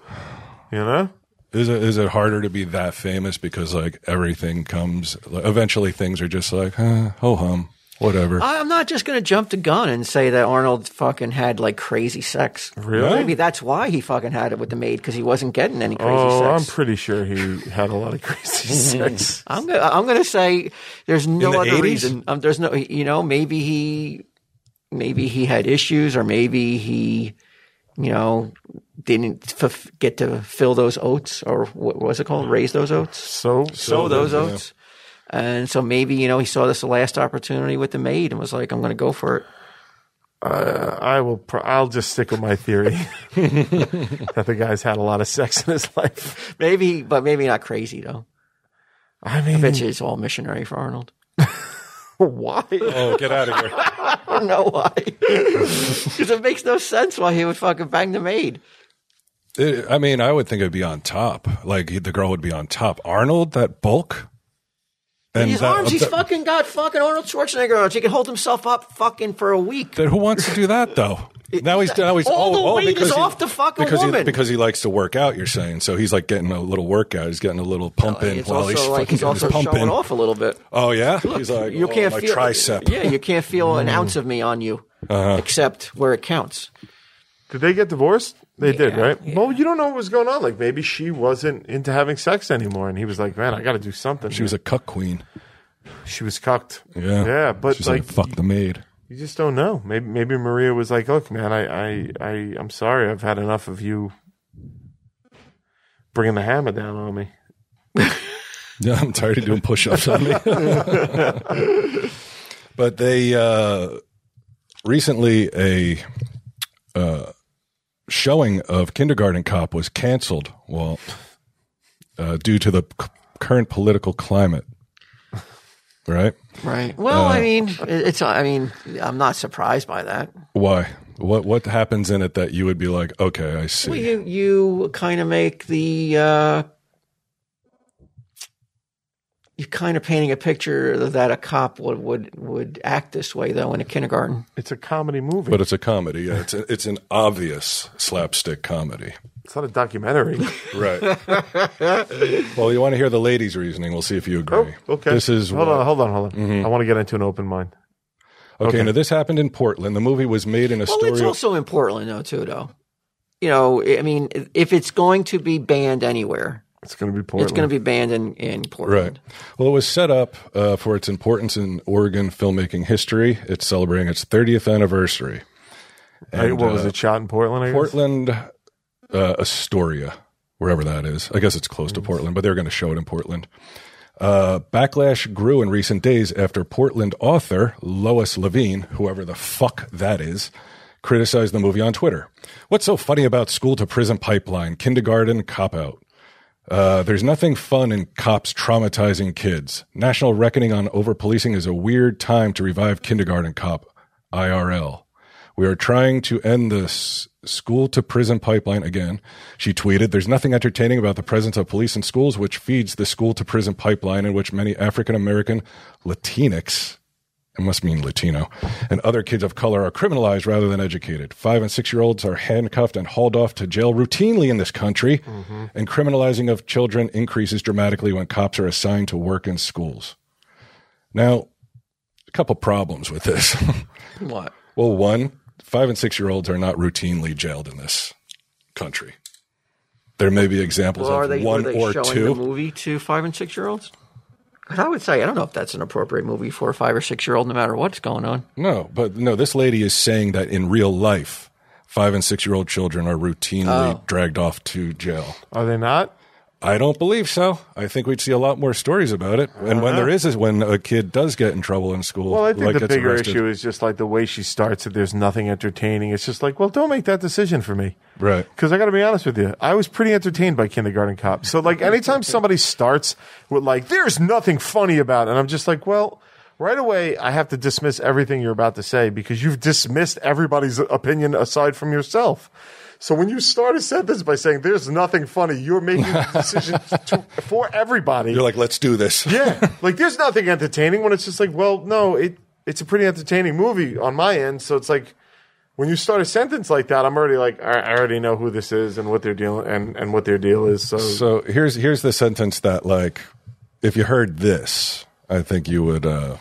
Speaker 2: You know?
Speaker 1: Is it is it harder to be that famous because like everything comes like, eventually things are just like uh, ho hum. Whatever.
Speaker 5: I- I'm not just going to jump the gun and say that Arnold fucking had like crazy sex.
Speaker 2: Really?
Speaker 5: Maybe that's why he fucking had it with the maid because he wasn't getting any crazy
Speaker 2: Oh,
Speaker 5: sex.
Speaker 2: I'm pretty sure he had a lot
Speaker 1: <laughs>
Speaker 2: of crazy sex.
Speaker 5: I'm gonna, I'm gonna say there's no
Speaker 1: the
Speaker 5: other
Speaker 1: 80s?
Speaker 5: reason. Um, there's no, you know, maybe he, maybe he had issues, or maybe he, you know, didn't f- get to fill those oats, or what was it called? Raise those oats,
Speaker 2: So,
Speaker 5: sow those oats, and so maybe you know he saw this last opportunity with the maid and was like, I'm gonna go for it.
Speaker 2: I will. Pr- I'll just stick with my theory <laughs> that the guy's had a lot of sex in his life.
Speaker 5: <laughs> Maybe, but maybe not crazy though.
Speaker 2: I mean,
Speaker 5: Bitch is all missionary for
Speaker 1: <laughs>
Speaker 5: Arnold.
Speaker 2: why?
Speaker 1: Oh, get out of here.
Speaker 5: I don't know why, <laughs> because it makes no sense why he would fucking bang the maid.
Speaker 1: <laughs> It- I mean, I would think it'd be on top. Like he- the girl would be on top. Arnold, that bulk. And
Speaker 5: His arms, he's fucking got fucking Arnold Schwarzenegger arms. He can hold himself up fucking for a week.
Speaker 1: Then who wants to do that though? Now he's now he's
Speaker 5: all
Speaker 1: oh,
Speaker 5: the
Speaker 1: oh,
Speaker 5: weight
Speaker 1: because
Speaker 5: is
Speaker 1: he-
Speaker 5: off the fucking
Speaker 1: because
Speaker 5: woman.
Speaker 1: He, because he likes to work out. You're saying so he's like getting a little workout. He's getting a little pump in
Speaker 5: it's
Speaker 1: while
Speaker 5: also
Speaker 1: he's
Speaker 5: like
Speaker 1: fucking
Speaker 5: he's also
Speaker 1: getting his pump
Speaker 5: showing
Speaker 1: in.
Speaker 5: off a little bit.
Speaker 1: Oh yeah, he's like
Speaker 5: you
Speaker 1: oh,
Speaker 5: can't
Speaker 1: my
Speaker 5: feel
Speaker 1: tricep. Mm. Uh-huh.
Speaker 5: Yeah, you can't feel an ounce of me on you, except where it counts.
Speaker 2: Did they get divorced? They did,
Speaker 5: Yeah,
Speaker 2: right? Well, you don't know what was going on. Like maybe she wasn't into having sex anymore, and he was like, "Man, I got to do something."
Speaker 1: She was a cuck queen.
Speaker 2: she was cucked.
Speaker 1: Yeah,
Speaker 2: yeah, but
Speaker 1: she's
Speaker 2: like,
Speaker 1: like, fuck the maid. <laughs>
Speaker 2: you just don't know. Maybe maybe Maria was like, "Look, man, I I I I'm sorry. I've had enough of you bringing the hammer down on me."
Speaker 1: Yeah, I'm tired of doing push-ups on me. <laughs> but they uh, recently a uh, showing of Kindergarten Cop was canceled, well, uh, due to the c- current political climate. Right?
Speaker 5: Right. Well, I mean, it- it's. I mean, I'm not surprised by that.
Speaker 1: Why? What what happens in it that you would be like, okay, I see.
Speaker 5: Well, you you kind of make the. Uh, you're kind of painting a picture that a cop would, would would act this way though in a kindergarten.
Speaker 2: It's a comedy movie.
Speaker 1: But it's a comedy. Yeah, it's a, it's an obvious slapstick comedy.
Speaker 2: it's not
Speaker 1: <laughs>
Speaker 2: a documentary.
Speaker 1: Right. well, you want to hear the ladies' reasoning. We'll see if you agree.
Speaker 2: Oh, okay.
Speaker 1: This is what-
Speaker 2: hold
Speaker 1: Mm-hmm.
Speaker 2: on, hold on, hold on. I want to get into an open mind.
Speaker 1: Okay, now this happened in Portland. The movie was made in
Speaker 5: Well,
Speaker 1: Astoria.
Speaker 5: it's also in Portland though too, though. You know, I mean, if it's going to be banned anywhere,
Speaker 2: It's going to be Portland.
Speaker 5: it's going to be banned in in Portland.
Speaker 1: right. Well, it was set up uh, for its importance in Oregon filmmaking history. It's celebrating its 30th anniversary.
Speaker 2: Right,
Speaker 1: And,
Speaker 2: what was
Speaker 1: uh,
Speaker 2: it? Shot in Portland. I guess?
Speaker 1: Portland, uh, Astoria, wherever that is. I guess it's close to Portland, but they're going to show it in Portland. Uh, backlash grew in recent days after Portland author Lois Levine, whoever the fuck that is, criticized the movie on Twitter. What's so funny about school to prison pipeline, kindergarten cop out? Uh, there's nothing fun in cops traumatizing kids. National reckoning on over policing is a weird time to revive kindergarten cop IRL. We are trying to end the s- school to prison pipeline again. She tweeted, There's nothing entertaining about the presence of police in schools, which feeds the school to prison pipeline in which many African American Latinx, it must mean Latino, and other kids of color are criminalized rather than educated. Five and six year olds are handcuffed and hauled off to jail routinely in this country,
Speaker 5: Mm-hmm.
Speaker 1: and criminalizing of children increases dramatically when cops are assigned to work in schools. Now, a couple problems with this. <laughs>
Speaker 5: What?
Speaker 1: Well, one, five and six year olds are not routinely jailed in this country. There may be examples
Speaker 5: Well, are
Speaker 1: of
Speaker 5: they,
Speaker 1: one
Speaker 5: were they
Speaker 1: or
Speaker 5: showing
Speaker 1: two.
Speaker 5: the movie to five and six year olds? 'Cause I would say I don't know if that's an appropriate movie for a five or six year old, no matter what's going on.
Speaker 1: No, but no, this lady is saying that in real life, five and six year old children are routinely
Speaker 2: Oh.
Speaker 1: dragged off to jail.
Speaker 2: Are they not?
Speaker 1: I don't believe so. I think we'd see a lot more stories about it. And when there is, is when a kid does get in trouble in school.
Speaker 2: Uh-huh. Well, I think
Speaker 1: like
Speaker 2: the
Speaker 1: gets
Speaker 2: bigger
Speaker 1: arrested.
Speaker 2: issue is just like the way she starts it. There's nothing entertaining. It's just like, well, don't make that decision for me.
Speaker 1: Right.
Speaker 2: Because I got to be honest with you, I was pretty entertained by Kindergarten Cop. So, like, anytime somebody starts with, like, there's nothing funny about it, and I'm just like, well, right away, I have to dismiss everything you're about to say because you've dismissed everybody's opinion aside from yourself. So, when you start a sentence by saying, there's nothing funny, you're making a
Speaker 1: <laughs>
Speaker 2: decision to, for everybody.
Speaker 1: You're like, let's do this.
Speaker 2: Yeah, like there's nothing entertaining when it's just like, well, no, it it's a pretty entertaining movie on my end. So it's like when you start a sentence like that, I'm already like, I, I already know who this is and what they're dealing and and what their deal is. So,
Speaker 1: So here's here's the sentence that like if you heard this, I think you would uh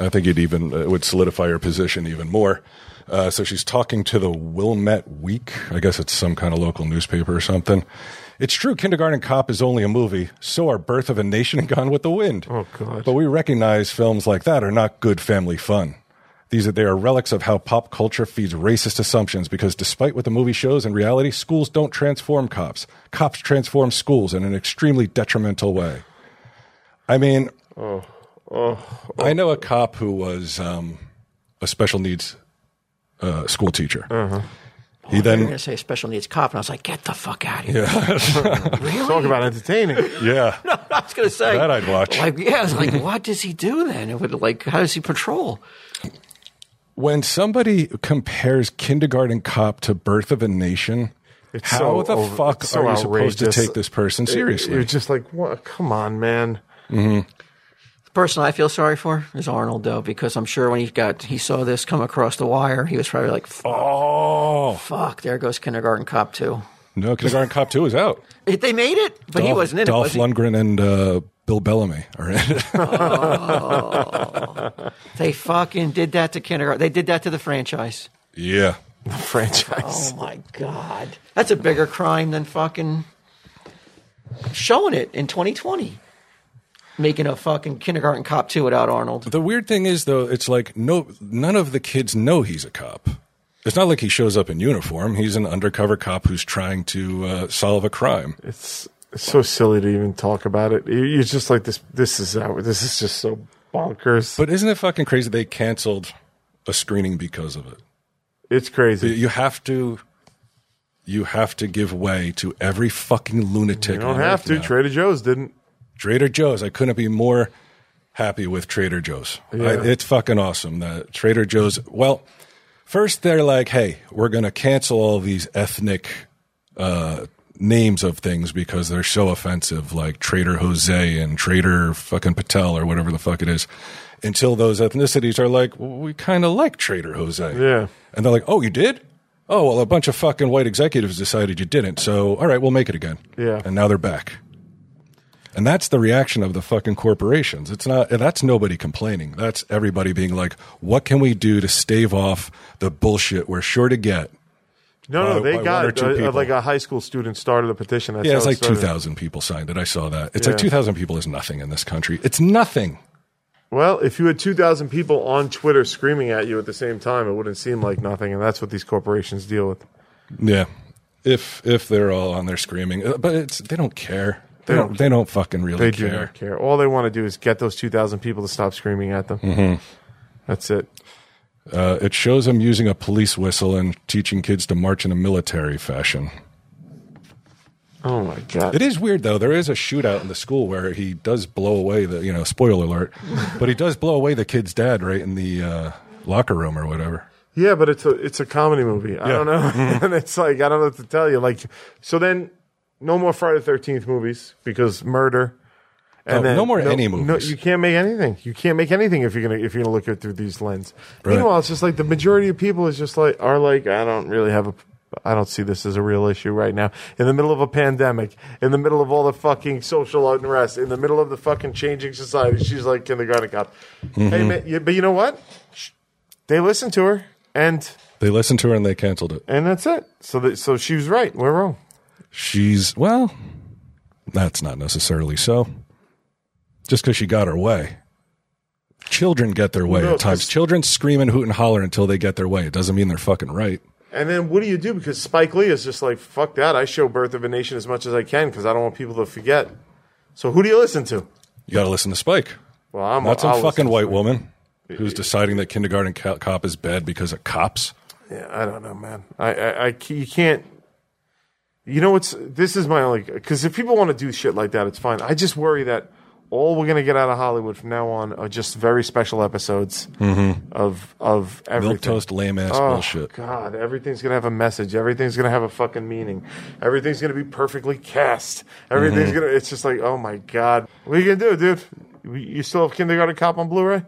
Speaker 1: I think it even it would solidify her position even more. Uh, so she's talking to the Wilmette Week. I guess it's some kind of local newspaper or something. It's true, Kindergarten Cop is only a movie. So are Birth of a Nation and Gone with the Wind.
Speaker 2: Oh, God.
Speaker 1: But we recognize films like that are not good family fun. These are they are relics of how pop culture feeds racist assumptions because despite what the movie shows in reality, schools don't transform cops. Cops transform schools in an extremely detrimental way. I mean,
Speaker 2: Oh,
Speaker 1: I know a cop who was um, a special needs uh, school teacher.
Speaker 2: Uh-huh.
Speaker 1: He
Speaker 5: I'm
Speaker 1: then,
Speaker 5: going to say special needs cop, and I was like, get the fuck out of here.
Speaker 2: Talk about entertaining. <laughs>
Speaker 1: yeah,
Speaker 5: I was going to say
Speaker 1: that I'd watch.
Speaker 5: Like, yeah, I was like, <laughs> what does he do then? It would, like, how does he patrol?
Speaker 1: when somebody compares kindergarten cop to birth of a nation
Speaker 2: It's
Speaker 1: how
Speaker 2: so
Speaker 1: the
Speaker 2: over-
Speaker 1: fuck
Speaker 2: it's so
Speaker 1: are you supposed to
Speaker 2: outrageous.
Speaker 1: take this person seriously
Speaker 2: You're just like, what? Come on, man.
Speaker 5: The person I feel sorry for is Arnold, though, because I'm sure when he got he saw this come across the wire, he was probably like,
Speaker 1: oh
Speaker 5: fuck, there goes kindergarten cop too.
Speaker 1: no kindergarten cop 2 is out
Speaker 5: If They made it, but he
Speaker 1: Dolph-
Speaker 5: wasn't in
Speaker 1: dolph
Speaker 5: it. Was he?
Speaker 1: lundgren and uh, bill bellamy are in it <laughs>
Speaker 5: They fucking did that to kindergarten. They did that to the franchise.
Speaker 1: yeah
Speaker 2: Franchise.
Speaker 5: Oh my god, that's a bigger crime than fucking showing it in 2020, making a fucking kindergarten cop two without Arnold.
Speaker 1: the weird thing is though it's like no none of the kids know he's a cop it's not like he shows up in uniform he's an undercover cop who's trying to uh, solve a crime
Speaker 2: <laughs> It's so silly to even talk about it. You- You're just like this. This is out. This is just so bonkers.
Speaker 1: but isn't it fucking crazy they canceled a screening because of it
Speaker 2: it's crazy.
Speaker 1: you have to you have to give way to every fucking lunatic.
Speaker 2: You don't have to. Trader Joe's didn't.
Speaker 1: Trader Joe's. I couldn't be more happy with Trader Joe's. I, it's fucking awesome. that Trader Joe's. Well, first they're like, "Hey, we're gonna cancel all these ethnic uh, names of things because they're so offensive, like Trader Jose and Trader fucking Patel or whatever the fuck it is." Until those ethnicities are like, well, "We kind of like Trader Jose."
Speaker 2: Yeah.
Speaker 1: And they're like, oh, you did? Oh, well, a bunch of fucking white executives decided you didn't. So, all right, we'll make it again.
Speaker 2: Yeah.
Speaker 1: And now they're back. And that's the reaction of the fucking corporations. It's not, that's nobody complaining. That's everybody being like, what can we do to stave off the bullshit we're sure to get?
Speaker 2: No, no,
Speaker 1: By- by
Speaker 2: they
Speaker 1: one or
Speaker 2: got
Speaker 1: two
Speaker 2: uh,
Speaker 1: people.
Speaker 2: like a high school student started a petition. That's
Speaker 1: Yeah,
Speaker 2: how
Speaker 1: it's
Speaker 2: it
Speaker 1: like
Speaker 2: started.
Speaker 1: 2,000 people signed it. I saw that. It's like
Speaker 2: Yeah.
Speaker 1: 2,000 people is nothing in this country. It's nothing.
Speaker 2: Well, if you had 2,000 people on Twitter screaming at you at the same time, it wouldn't seem like nothing. And that's what these corporations deal with.
Speaker 1: Yeah. If, if they're all on there screaming, Uh, but it's, they don't care. They don't, they don't fucking really
Speaker 2: They do
Speaker 1: care.
Speaker 2: not care. All they want to do is get those 2,000 people to stop screaming at them.
Speaker 1: Mm-hmm.
Speaker 2: That's it.
Speaker 1: Uh, it shows him using a police whistle and teaching kids to march in a military fashion.
Speaker 2: Oh, my God.
Speaker 1: It is weird though. There is a shootout in the school where he does blow away the you know spoiler alert, but he does blow away the kid's dad right in the uh, locker room or whatever.
Speaker 2: Yeah, but it's a, it's a comedy movie. I
Speaker 1: Yeah. Mm-hmm.
Speaker 2: don't know. <laughs> and it's like, I don't know what to tell you. Like, so then no more Friday the 13th movies because murder.
Speaker 1: No, Oh, no more any
Speaker 2: No,
Speaker 1: movies.
Speaker 2: you can't make anything. You can't make anything if you're gonna if you're gonna look at it through these lens.
Speaker 1: Right.
Speaker 2: Meanwhile, it's just like the majority of people is just like are like I don't really have a I don't see this as a real issue right now. In the middle of a pandemic, in the middle of all the fucking social unrest, in the middle of the fucking changing society, she's like kindergarten cop. Hey, man, you, but you know what? Sh- They listened to her, and
Speaker 1: They listened to her and they canceled it.
Speaker 2: and that's it. So that so she was right. We're wrong.
Speaker 1: She's well, that's not necessarily so. Just because she got her way. Children get their way
Speaker 2: No,
Speaker 1: at times.
Speaker 2: 'cause-
Speaker 1: Children scream and hoot and holler until they get their way. It doesn't mean they're fucking right.
Speaker 2: And then what do you do? Because Spike Lee is just like, fuck that. I show Birth of a Nation as much as I can because I don't want people to forget. So who do you listen to?
Speaker 1: You got to listen to Spike.
Speaker 2: Well, I'm
Speaker 1: Not some
Speaker 2: I'll
Speaker 1: fucking
Speaker 2: listen.
Speaker 1: white woman who's deciding that kindergarten co- cop is bad because of cops.
Speaker 2: Yeah, I don't know, man. I, I, I, you can't. You know what's? This is my only because if people want to do shit like that, it's fine. I just worry that all we're gonna get out of Hollywood from now on are just very special episodes of of everything.
Speaker 1: Mm-hmm. Milk toast, lame ass
Speaker 2: Oh,
Speaker 1: bullshit.
Speaker 2: God, everything's gonna have a message. Everything's gonna have a fucking meaning. Everything's gonna be perfectly cast. Everything's
Speaker 1: Mm-hmm.
Speaker 2: gonna. It's just like, oh my god, what are you gonna do, dude? You- You still have Kindergarten Cop on Blu-ray?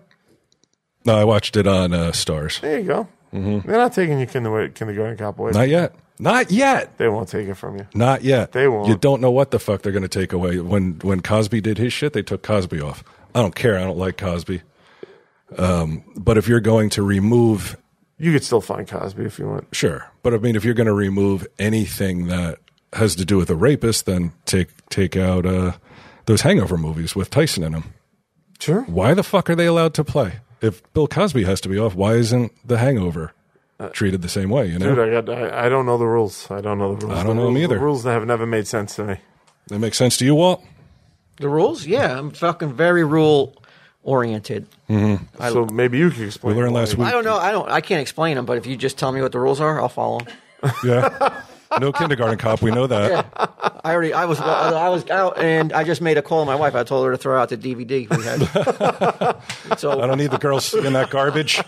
Speaker 1: No, I watched it on uh, Stars.
Speaker 2: There you go.
Speaker 1: Mm-hmm.
Speaker 2: They're not taking your kinder- Kindergarten Cop away.
Speaker 1: Not yet. Not yet.
Speaker 2: they won't take it from you.
Speaker 1: Not yet.
Speaker 2: They won't.
Speaker 1: You don't know what the fuck they're going to take away. When when Cosby did his shit, they took Cosby off. I don't care. I don't like Cosby. But if you're going to remove,
Speaker 2: You could still find Cosby if you want.
Speaker 1: sure. But I mean, if you're going to remove anything that has to do with a rapist, then take take out uh, those Hangover movies with Tyson in them.
Speaker 2: Sure.
Speaker 1: Why the fuck are they allowed to play? If Bill Cosby has to be off, why isn't The Hangover treated the same way? You know,
Speaker 2: Dude, I, got, I, I don't know the rules. I don't know the rules.
Speaker 1: I don't
Speaker 2: The
Speaker 1: know them
Speaker 2: rules-
Speaker 1: either.
Speaker 2: The rules have never made sense to me.
Speaker 1: that makes sense to you, Walt.
Speaker 5: The rules? Yeah, I'm fucking very rule oriented.
Speaker 2: So maybe you could explain.
Speaker 1: We learned
Speaker 2: why.
Speaker 1: last week.
Speaker 5: I don't know. I don't. I can't explain them. But if you just tell me what the rules are, I'll follow 'em.
Speaker 1: Yeah. <laughs> No kindergarten cop. We know that.
Speaker 5: I already. I was. I was out, and I just made a call to my wife. I told her to throw out the DVD we had. so
Speaker 1: I don't need the girls in that garbage.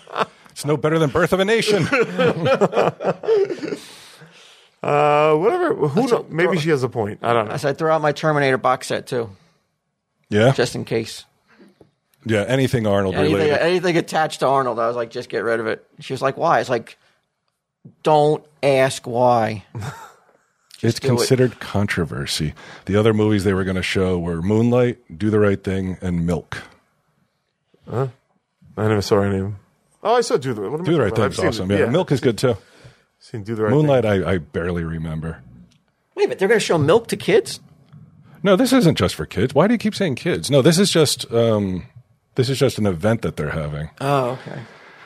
Speaker 1: It's no better than Birth of a
Speaker 2: <laughs>
Speaker 1: Nation.
Speaker 2: Uh, whatever. Who knows? Maybe she has a point. I don't know.
Speaker 5: I said, throw out my Terminator box set too,
Speaker 1: Yeah.
Speaker 5: just in case.
Speaker 1: yeah. Anything Arnold
Speaker 5: Anything,
Speaker 1: related.
Speaker 5: anything attached to Arnold, I was like, just get rid of it. She was like, why? It's like, don't ask why.
Speaker 1: It's
Speaker 5: do it.
Speaker 1: considered controversy. The other movies they were going to show were Moonlight, Do the Right Thing, and Milk.
Speaker 2: I never saw any of them. Oh, I saw Do the Right. What am I
Speaker 1: Do the
Speaker 2: talking
Speaker 1: Right
Speaker 2: about? I've
Speaker 1: Thing's
Speaker 2: seen-
Speaker 1: awesome. Yeah. Milk is good too.
Speaker 2: Seen Do the Right. Thing.
Speaker 1: Moonlight, I, I barely remember.
Speaker 5: Wait a minute, they're going to show milk to kids?
Speaker 1: No, this isn't just for kids. Why do you keep saying kids? No, this is just um, this is just an event that they're having.
Speaker 5: Oh, okay.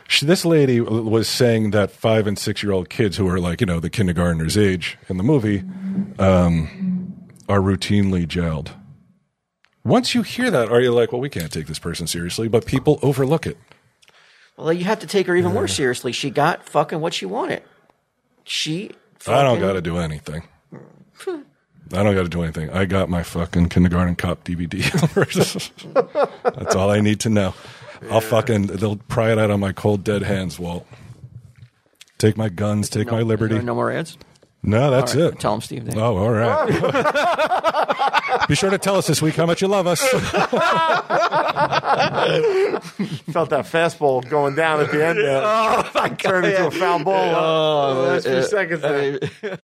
Speaker 1: She, this lady w- was saying that five and six year old kids who are like, you know, the kindergartner's age in the movie um, are routinely jailed. Once you hear that, are you like, well, we can't take this person seriously? But people overlook it.
Speaker 5: Well, you have to take her even more seriously. She got fucking what she wanted. She.
Speaker 1: I don't
Speaker 5: fucking-
Speaker 1: got to do anything. I don't got to do anything. I got my fucking kindergarten cop DVD. <laughs> That's all I need to know. I'll fucking, they'll pry it out on my cold, dead hands, Walt. Take my guns, take my liberty.
Speaker 5: No more ads.
Speaker 1: No, that's it.
Speaker 5: Tell them, Steve. Dave.
Speaker 1: Oh, all
Speaker 5: <laughs>
Speaker 1: right. Be sure to tell us this week how much you love
Speaker 5: <laughs>
Speaker 1: us.
Speaker 2: Felt that fastball going
Speaker 1: <laughs>
Speaker 2: down at the end. There.
Speaker 5: Oh my god!
Speaker 1: Oh,
Speaker 2: Turned into a foul ball. Uh, last few seconds. There.